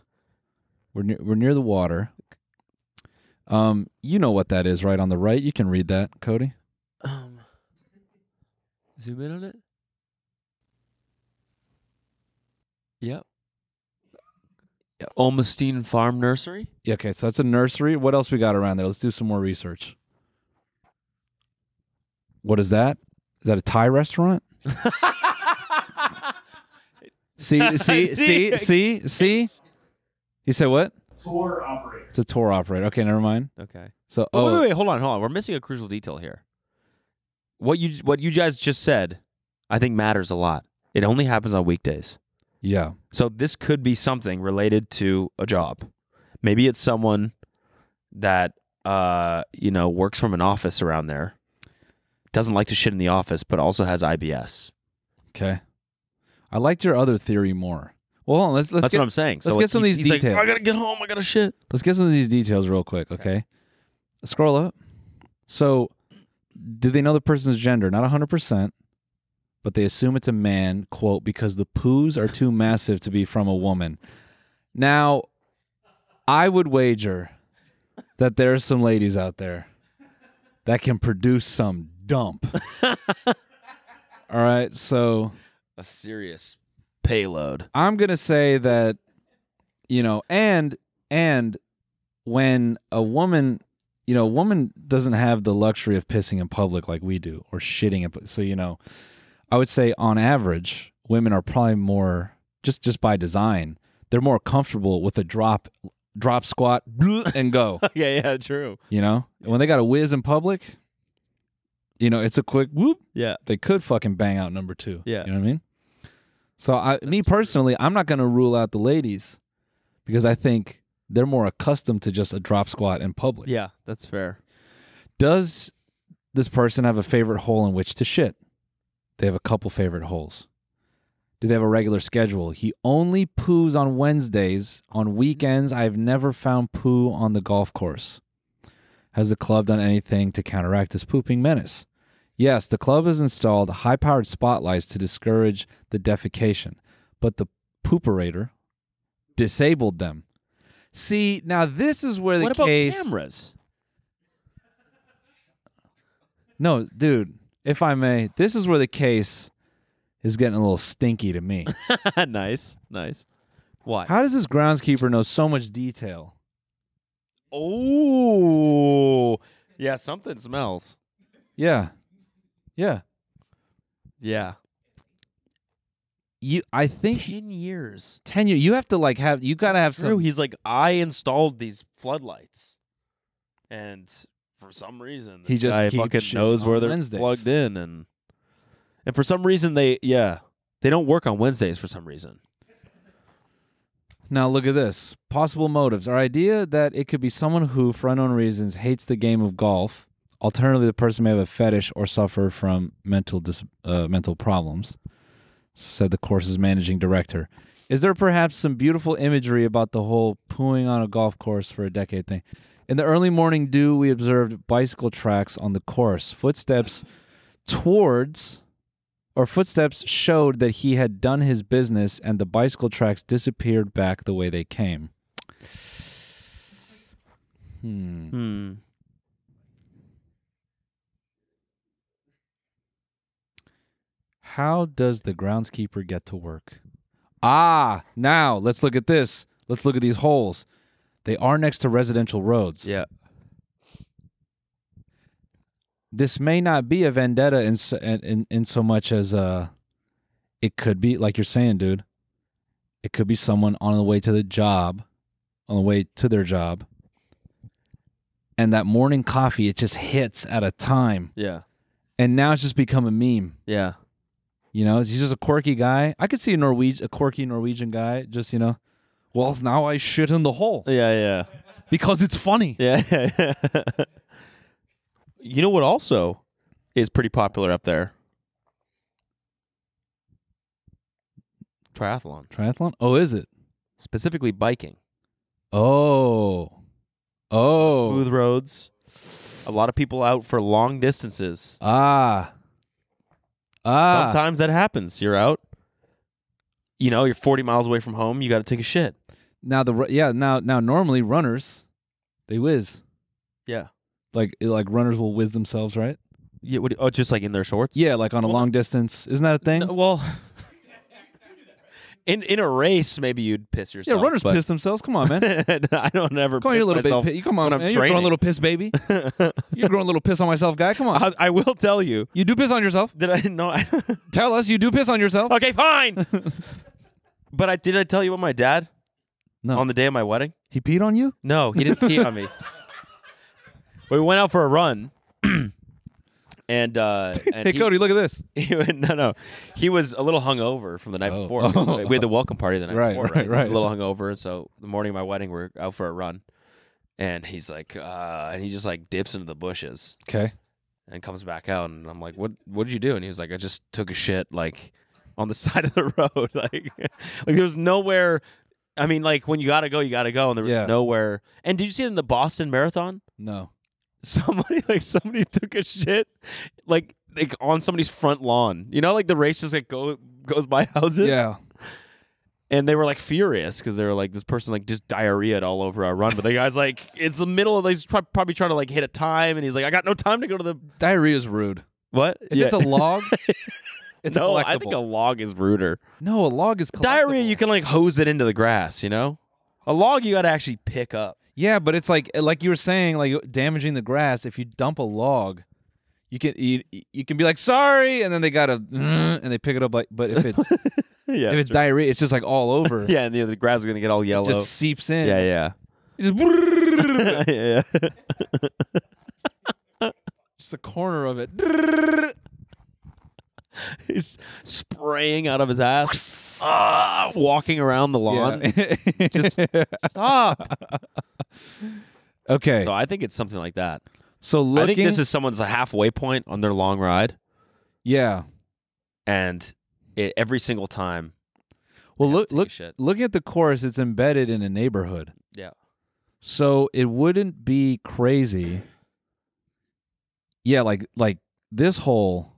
Speaker 1: We're near we're near the water. Um, you know what that is, right on the right. You can read that, Cody.
Speaker 2: Um, zoom in on it. Yep. Yeah, Olmstein Farm Nursery.
Speaker 1: Yeah, okay, so that's a nursery. What else we got around there? Let's do some more research. What is that? Is that a Thai
Speaker 2: [LAUGHS]
Speaker 1: restaurant? see, see, see, see, see. You said what?
Speaker 20: Tour operator.
Speaker 1: It's a tour operator. Okay, never mind.
Speaker 2: Okay.
Speaker 1: So,
Speaker 2: But
Speaker 1: oh,
Speaker 2: wait, wait, wait, hold on, hold on. We're missing a crucial detail here. What you what you guys just said, I think matters a lot. It only happens on weekdays.
Speaker 1: Yeah.
Speaker 2: So this could be something related to a job. Maybe it's someone that uh you know works from an office around there, doesn't like to shit in the office, but also has IBS.
Speaker 1: okay. I liked your other theory more. Well, hold on, let's let's.
Speaker 2: That's
Speaker 1: get,
Speaker 2: what I'm saying.
Speaker 1: Let's
Speaker 2: So
Speaker 1: get some of
Speaker 2: he's-
Speaker 1: these
Speaker 2: he's like, "Oh,
Speaker 1: details.
Speaker 2: I gotta get home. I gotta shit.
Speaker 1: Let's get some of these details real quick, okay? Scroll up. So, do they know the person's gender? Not 100%, but they assume it's a man, quote, because the poos are too massive to be from a woman. Now, I would wager that there's some ladies out there that can produce some dump. All right, so
Speaker 2: A serious payload.
Speaker 1: I'm gonna say that, you know, and and when a woman, you know, a woman doesn't have the luxury of pissing in public like we do or shitting in. pu- So you know, I would say on average, women are probably more just just by design, they're more comfortable with a drop, drop squat [LAUGHS] and go.
Speaker 2: [LAUGHS] yeah, yeah, true.
Speaker 1: You know, And when they got a whiz in public, you know, it's a quick whoop.
Speaker 2: Yeah.
Speaker 1: They could fucking bang out number two.
Speaker 2: Yeah.
Speaker 1: You know what I mean? So, I, me personally, I'm not going to rule out the ladies because I think they're more accustomed to just a drop squat in public.
Speaker 2: Yeah, that's fair.
Speaker 1: Does this person have a favorite hole in which to shit? They have a couple favorite holes. Do they have a regular schedule? He only poos on Wednesdays. On
Speaker 2: Mm-hmm.
Speaker 1: weekends, I've never found poo on the golf course. Has the club done anything to counteract this pooping menace? Yes, the club has installed high powered spotlights to discourage the defecation, but the pooperator disabled them. See, now this is where the
Speaker 2: What about
Speaker 1: case.
Speaker 2: cameras? [LAUGHS]
Speaker 1: No, dude, if I may, this is where the case is getting a little stinky to me.
Speaker 2: nice, nice. Why?
Speaker 1: How does this groundskeeper know so much detail?
Speaker 2: Oh, yeah, something smells.
Speaker 1: Yeah. Yeah.
Speaker 2: Yeah.
Speaker 1: You I think
Speaker 2: 10 years.
Speaker 1: Ten years. You have to like have you gotta have
Speaker 2: True.
Speaker 1: some
Speaker 2: He's like, I installed these floodlights, and for some reason,
Speaker 1: He
Speaker 2: this
Speaker 1: just
Speaker 2: guy
Speaker 1: keeps
Speaker 2: fucking
Speaker 1: shit
Speaker 2: knows where
Speaker 1: on
Speaker 2: they're
Speaker 1: Wednesdays.
Speaker 2: plugged in, and and for some reason they yeah they don't work on Wednesdays for some reason.
Speaker 1: Now look at this. Possible motives. Our idea that it could be someone who, for unknown reasons, hates the game of golf. Alternatively, the person may have a fetish or suffer from mental dis- uh, mental problems, said the course's managing director. Is there perhaps some beautiful imagery about the whole pooing on a golf course for a decade thing? In the early morning dew, we observed bicycle tracks on the course. Footsteps towards or footsteps showed that he had done his business and the bicycle tracks disappeared back the way they came. Hmm.
Speaker 2: Hmm.
Speaker 1: How does the groundskeeper get to work? Ah, now let's look at this. Let's look at these holes. They are next to residential roads.
Speaker 2: Yeah.
Speaker 1: This may not be a vendetta in so, in, in, in so much as uh, it could be like you're saying, dude. It could be someone on the way to the job, on the way to their job, and that morning coffee it just hits at a time,
Speaker 2: Yeah.
Speaker 1: and now it's just become a meme.
Speaker 2: Yeah.
Speaker 1: You know, he's just a quirky guy. I could see a Norwegian, a quirky Norwegian guy, just you know, well now I shit in the hole.
Speaker 2: Yeah. Yeah.
Speaker 1: Because it's funny. [LAUGHS]
Speaker 2: Yeah. you know what also is pretty popular up there? Triathlon.
Speaker 1: Triathlon? Oh, is it?
Speaker 2: Specifically biking.
Speaker 1: Oh, oh,
Speaker 2: Smooth roads. A lot of people out for long distances.
Speaker 1: ah, ah.
Speaker 2: Sometimes that happens. You're out. You know, you're 40 miles away from home. You got to take a shit.
Speaker 1: Now the ru- yeah now now normally runners, they whiz.
Speaker 2: Yeah.
Speaker 1: Like like runners will whiz themselves, right?
Speaker 2: Yeah. What oh, just like in their shorts?
Speaker 1: Yeah, like on a long distance. Isn't that a thing?
Speaker 2: well, In in a race, maybe you'd piss yourself.
Speaker 1: yeah, runners
Speaker 2: but-
Speaker 1: piss themselves. Come [LAUGHS] on, man.
Speaker 2: [LAUGHS] I don't ever.
Speaker 1: Come on, you
Speaker 2: piss
Speaker 1: little
Speaker 2: myself
Speaker 1: baby. Come on,
Speaker 2: when I'm
Speaker 1: man. You're growing
Speaker 2: training.
Speaker 1: little piss
Speaker 2: [LAUGHS]
Speaker 1: baby. You're growing little piss on myself, guy. Come on.
Speaker 2: I, I will tell you.
Speaker 1: You do piss on yourself.
Speaker 2: Did I no? [LAUGHS] I-
Speaker 1: Tell us you do piss on yourself. [LAUGHS]
Speaker 2: Okay, fine. but I did. I tell you what my dad.
Speaker 1: No.
Speaker 2: On the day of my wedding.
Speaker 1: He peed on you?
Speaker 2: No, he didn't pee on [LAUGHS] me. We went out for a run, [CLEARS THROAT] and [LAUGHS] uh, and
Speaker 1: Hey,
Speaker 2: he-
Speaker 1: Cody, look at this.
Speaker 2: He went- no, no, he was a little hungover from the night before.
Speaker 1: Oh.
Speaker 2: We had the welcome party the night
Speaker 1: Right,
Speaker 2: before,
Speaker 1: right,
Speaker 2: right? He was
Speaker 1: right.
Speaker 2: a little hungover, and so the morning of my wedding, we're out for a run, and he's like, uh, and he just like dips into the bushes
Speaker 1: Okay.
Speaker 2: and comes back out, and I'm like, what What did you do? And he was like, I just took a shit like on the [LAUGHS] side of the road, like like there was nowhere. I mean, like when you gotta go, you gotta go, and there was
Speaker 1: Yeah.
Speaker 2: nowhere. And did you see it in the Boston Marathon? [LAUGHS]
Speaker 1: No.
Speaker 2: somebody like somebody took a shit like like on somebody's front lawn. You know, like the race just like go goes by [LAUGHS] houses.
Speaker 1: Yeah.
Speaker 2: And they were like furious because they were like, this person like just diarrheaed all over our run. But the guy's like, it's the middle of he's pro- probably trying to like hit a time, and he's like, I got no time to go to the
Speaker 1: Diarrhea is rude.
Speaker 2: what?
Speaker 1: If it's a
Speaker 2: [LAUGHS]
Speaker 1: log, it's
Speaker 2: no,
Speaker 1: collectible.
Speaker 2: I think a log is ruder.
Speaker 1: no, a log is
Speaker 2: Diarrhea, you can like hose it into the grass. You know, a log you got to actually pick up.
Speaker 1: Yeah, but it's like like you were saying, like damaging the grass. If you dump a log, you can you, you can be like sorry, and then they gotta "Mm," and they pick it up. Like, but if it's
Speaker 2: [LAUGHS] Yeah,
Speaker 1: if it's
Speaker 2: true.
Speaker 1: diarrhea, it's just like all over.
Speaker 2: [LAUGHS] yeah, and the, the grass is gonna get all
Speaker 1: it
Speaker 2: yellow.
Speaker 1: just seeps in.
Speaker 2: yeah, yeah.
Speaker 1: It just,
Speaker 2: [LAUGHS] yeah.
Speaker 1: just a corner of it.
Speaker 2: He's spraying out of his ass, Ah, walking around the lawn.
Speaker 1: Yeah.
Speaker 2: Just stop.
Speaker 1: Okay,
Speaker 2: [LAUGHS] So I think it's something like that.
Speaker 1: so looking,
Speaker 2: I think this is someone's halfway point on their long ride,
Speaker 1: yeah.
Speaker 2: and it, every single time,
Speaker 1: Well, look look
Speaker 2: shit.
Speaker 1: looking at the chorus, it's embedded in a neighborhood.
Speaker 2: yeah,
Speaker 1: So it wouldn't be crazy. Yeah, like like this hole,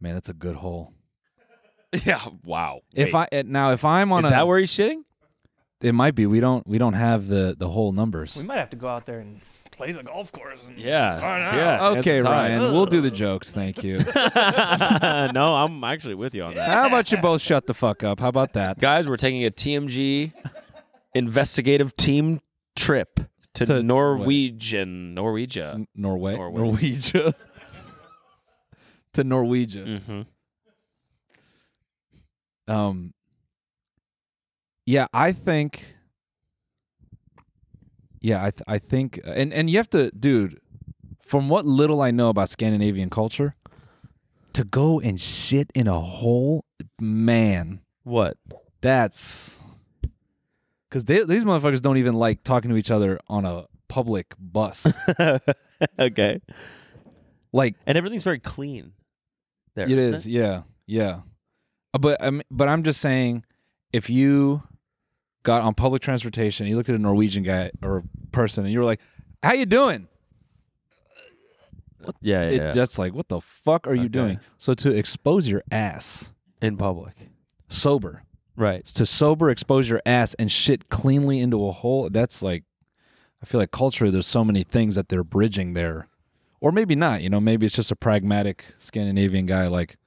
Speaker 1: man, that's a good hole.
Speaker 2: [LAUGHS] yeah. Wow.
Speaker 1: If I eh, now if I'm on
Speaker 2: is
Speaker 1: a
Speaker 2: that where he's shitting?
Speaker 1: it might be we don't we don't have the the whole numbers.
Speaker 11: We might have to go out there and play the golf course. And
Speaker 2: Yeah,
Speaker 11: find out.
Speaker 2: yeah. that's
Speaker 1: okay,
Speaker 2: the time.
Speaker 1: Ryan, we'll
Speaker 2: [LAUGHS]
Speaker 1: do the jokes. Thank you.
Speaker 2: no, I'm actually with you on that.
Speaker 1: How about you both shut the fuck up? How about that?
Speaker 2: Guys, we're taking a TMG investigative team trip to,
Speaker 1: To-
Speaker 2: Norwegian, Norwegia.
Speaker 1: Norway,
Speaker 2: Norway.
Speaker 1: Norwegia, [LAUGHS] to Norwegia.
Speaker 2: Mm-hmm.
Speaker 1: Um Yeah, I think Yeah, I th- I think uh, and and you have to dude, from what little I know about Scandinavian culture, to go and shit in a hole, man,
Speaker 2: What?
Speaker 1: that's cuz they these motherfuckers don't even like talking to each other on a public
Speaker 2: [LAUGHS]
Speaker 1: bus.
Speaker 2: [LAUGHS] okay.
Speaker 1: like
Speaker 2: And everything's very clean. There,
Speaker 1: it
Speaker 2: isn't
Speaker 1: is, yeah, yeah. Uh, But I'm, but I'm just saying, if you got on public transportation, you looked at a Norwegian guy or person, and you were like, "How you doing?"
Speaker 2: Yeah, yeah.
Speaker 1: It
Speaker 2: yeah.
Speaker 1: just like, "What the fuck are you
Speaker 2: Okay.
Speaker 1: doing?" So to expose your ass
Speaker 2: in public.
Speaker 1: sober,
Speaker 2: Right.
Speaker 1: to sober expose your ass and shit cleanly into a hole. That's like, I feel like culturally, there's so many things that they're bridging there, or maybe not. You know, maybe it's just a pragmatic Scandinavian guy like.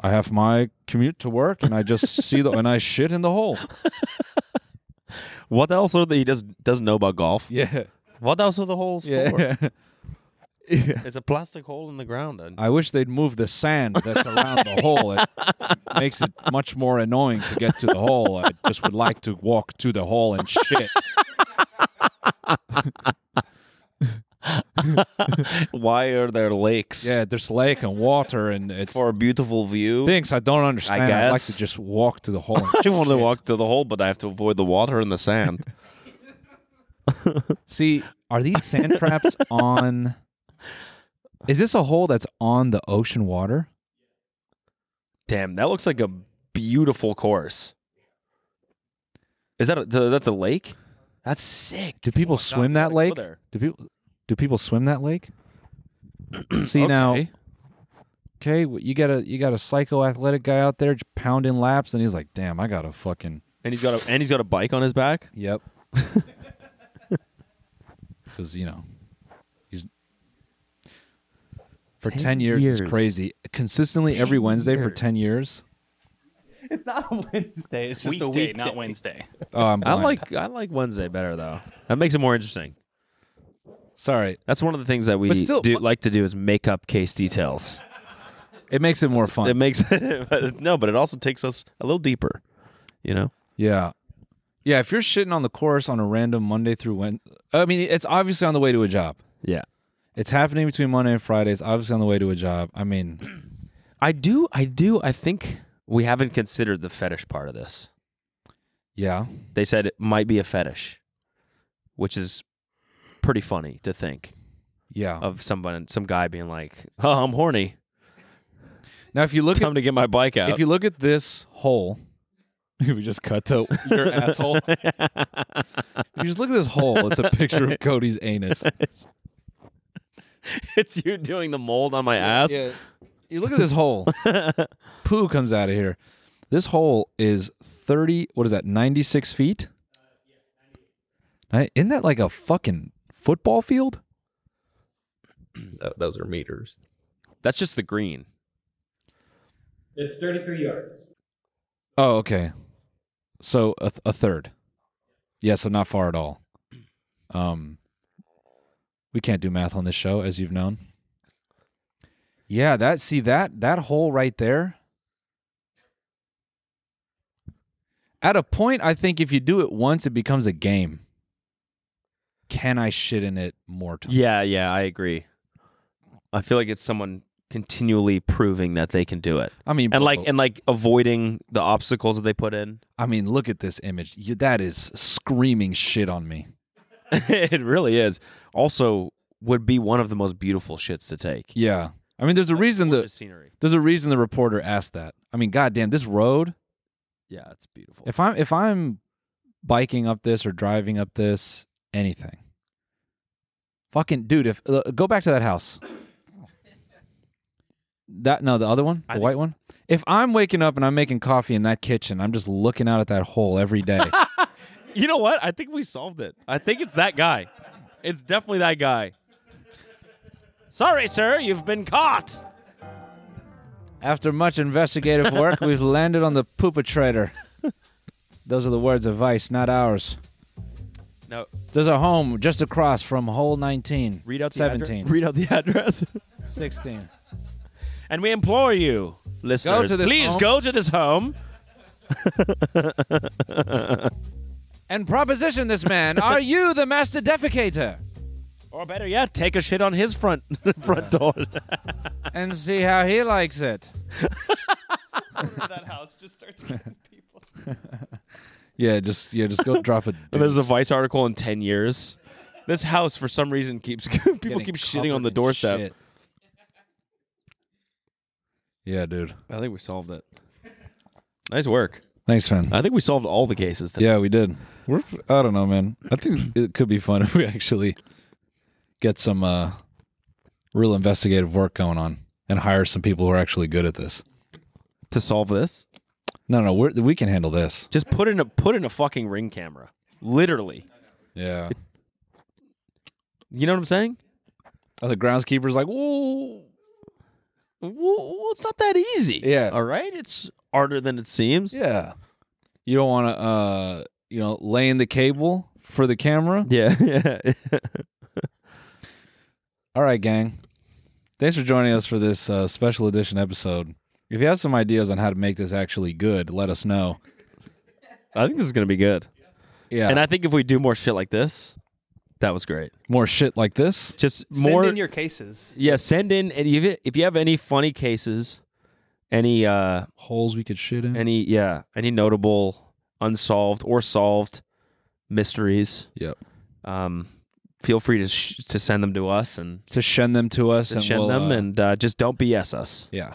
Speaker 1: I have my commute to work, and I just see the and I shit in the hole.
Speaker 2: What else are the, he does doesn't know about golf?
Speaker 1: Yeah,
Speaker 2: What else are the holes for?
Speaker 1: [LAUGHS] yeah. yeah.
Speaker 2: It's a plastic hole in the ground. And
Speaker 1: I wish they'd move the sand that's around the hole. It makes it much more annoying to get to the hole. I just would like to walk to the hole and shit.
Speaker 2: [LAUGHS] why are there lakes?
Speaker 1: Yeah, there's lake and water, and it's
Speaker 2: For a beautiful view.
Speaker 1: things I don't understand.
Speaker 2: I
Speaker 1: would like
Speaker 2: guess.
Speaker 1: to just walk to the hole.
Speaker 2: [LAUGHS]
Speaker 1: and
Speaker 2: I want to walk to the hole, but I have to avoid the water and the sand.
Speaker 1: See, are these sand traps
Speaker 2: [LAUGHS]
Speaker 1: on? Is this a hole that's on the ocean water?
Speaker 2: Damn, that looks like a beautiful course. Is that a, th- that's a lake? That's sick.
Speaker 1: Do people
Speaker 2: Oh my God,
Speaker 1: swim
Speaker 2: we
Speaker 1: that
Speaker 2: gotta go
Speaker 1: lake?
Speaker 2: there.
Speaker 1: Do people do people swim that
Speaker 2: [CLEARS THROAT]
Speaker 1: lake? See now,
Speaker 2: Okay.
Speaker 1: okay, w- you got a you got a psycho athletic guy out there just pounding laps, and he's like, "Damn, I got a fucking
Speaker 2: And he's got
Speaker 1: [LAUGHS]
Speaker 2: a and he's got a bike on his back.
Speaker 1: yep," because you know For 10,
Speaker 2: 10
Speaker 1: years,
Speaker 2: years.
Speaker 1: It's crazy. Consistently every Wednesday for 10 years.
Speaker 11: It's not a Wednesday. It's just a
Speaker 20: Weekday,
Speaker 11: weekday.
Speaker 20: not Wednesday.
Speaker 1: Oh, I'm
Speaker 2: I
Speaker 1: blind.
Speaker 2: like I like Wednesday better though. That makes it more interesting.
Speaker 1: Sorry,
Speaker 2: that's one of the things that we
Speaker 1: But still-
Speaker 2: do like to do is make up case details.
Speaker 1: It makes it more fun.
Speaker 2: It makes [LAUGHS] but no, but it also takes us a little deeper. You know,
Speaker 1: Yeah. Yeah, if you're shitting on the course on a random Monday through Wednesday, I mean, it's obviously on the way to a job.
Speaker 2: Yeah.
Speaker 1: It's happening between Monday and Friday. It's obviously on the way to a job. I mean,
Speaker 2: I do, I do, I think we haven't considered the fetish part of this.
Speaker 1: Yeah.
Speaker 2: They said it might be a fetish, which is pretty funny to think.
Speaker 1: Yeah.
Speaker 2: Of someone, some guy being like, "Oh, I'm horny."
Speaker 1: Now, if you look,
Speaker 2: time to get my bike out.
Speaker 1: if
Speaker 2: [LAUGHS]
Speaker 1: you look at this hole, [LAUGHS] we just cut to [LAUGHS] your asshole. If you just look at this hole. [LAUGHS] It's a picture of Cody's anus.
Speaker 2: it's you doing the mold on my ass.
Speaker 1: yeah. You look at this [LAUGHS] hole. Poo comes out of here. This hole is 30, what is that, 96 feet? Ni- Isn't that like a fucking football field?
Speaker 2: those are meters. That's just the green.
Speaker 6: It's 33 yards.
Speaker 1: Oh, okay. So a, th- a third. Yeah, so not far at all. Um, we can't do math on this show, as you've known. Yeah, that see that that hole right there. At a point, I think if you do it once, it becomes a game. Can I shit in it more times?
Speaker 2: Yeah, yeah, I agree. I feel like it's someone continually proving that they can do it.
Speaker 1: I mean,
Speaker 2: and like
Speaker 1: bro.
Speaker 2: and like avoiding the obstacles that they put
Speaker 1: [LAUGHS]
Speaker 2: in.
Speaker 1: I mean, look at this image. You, that is screaming shit on me.
Speaker 2: it really is. Also, would be one of the most beautiful shits to take.
Speaker 1: Yeah. I mean, there's a reason the
Speaker 2: scenery.
Speaker 1: there's a reason the reporter asked that. I mean, goddamn, this road.
Speaker 2: Yeah, it's beautiful.
Speaker 1: If I'm if I'm biking up this or driving up this, anything. Fucking dude, if uh, go back to that house. That no, the other one, the white one. If I'm waking up and I'm making coffee in that kitchen, I'm just looking out at that hole every
Speaker 2: [LAUGHS]
Speaker 1: day.
Speaker 2: You know what? I think we solved it. I think it's that guy. It's definitely that guy. Sorry, sir, you've been caught.
Speaker 1: After much investigative work, we've landed on the poopatrator. Those are the words of Vice, not ours.
Speaker 2: No.
Speaker 1: There's a home just across from hole 19.
Speaker 2: Read out the
Speaker 1: 17.
Speaker 2: address. Read out the address.
Speaker 1: 16.
Speaker 2: [LAUGHS] And we implore you, listeners,
Speaker 1: to this
Speaker 2: please
Speaker 1: home.
Speaker 2: go to this home.
Speaker 1: and proposition this man. Are you the master defecator?
Speaker 2: Or better yet, take a shit on his front [LAUGHS] front door.
Speaker 1: and see how he likes it.
Speaker 11: [LAUGHS] that house just starts getting people.
Speaker 1: [LAUGHS] yeah, just yeah, just go
Speaker 2: [LAUGHS]
Speaker 1: drop it.
Speaker 2: There's a Vice article in ten years. This house, for some reason, keeps [LAUGHS] people keep shitting on the doorstep.
Speaker 1: Yeah, dude.
Speaker 2: I think we solved it. Nice work.
Speaker 1: Thanks, man.
Speaker 2: I think we solved all the cases. Today.
Speaker 1: Yeah, we did. We're, I don't know, man. I think it could be fun [LAUGHS] if we actually get some uh, real investigative work going on and hire some people who are actually good at this
Speaker 2: to solve this.
Speaker 1: No, no, we're, we can handle this.
Speaker 2: Just put in a put in a fucking ring camera. Literally.
Speaker 1: Yeah.
Speaker 2: You know what I'm saying?
Speaker 1: Oh, the groundskeeper's like, whoa.
Speaker 2: Well, it's not that easy.
Speaker 1: Yeah.
Speaker 2: All right. It's harder than it seems.
Speaker 1: Yeah. You don't want to, uh, you know, lay in the cable for the camera.
Speaker 2: Yeah. Yeah. [LAUGHS]
Speaker 1: All right, gang. Thanks for joining us for this uh, special edition episode. If you have some ideas on how to make this actually good, let us know.
Speaker 2: I think this is going to be good.
Speaker 1: Yeah.
Speaker 2: And I think if we do more shit like this, that was great.
Speaker 1: More shit like this.
Speaker 2: Just
Speaker 11: Send
Speaker 2: more
Speaker 11: in your cases.
Speaker 2: Yeah, send in and if you- if you have any funny cases, any uh
Speaker 1: holes we could shit in.
Speaker 2: Any yeah, any notable unsolved or solved mysteries.
Speaker 1: Yep.
Speaker 2: Um feel free to sh- to send them to us and
Speaker 1: to send them to us
Speaker 2: to
Speaker 1: and
Speaker 2: send
Speaker 1: we'll,
Speaker 2: them
Speaker 1: uh,
Speaker 2: and uh, just don't BS us.
Speaker 1: Yeah.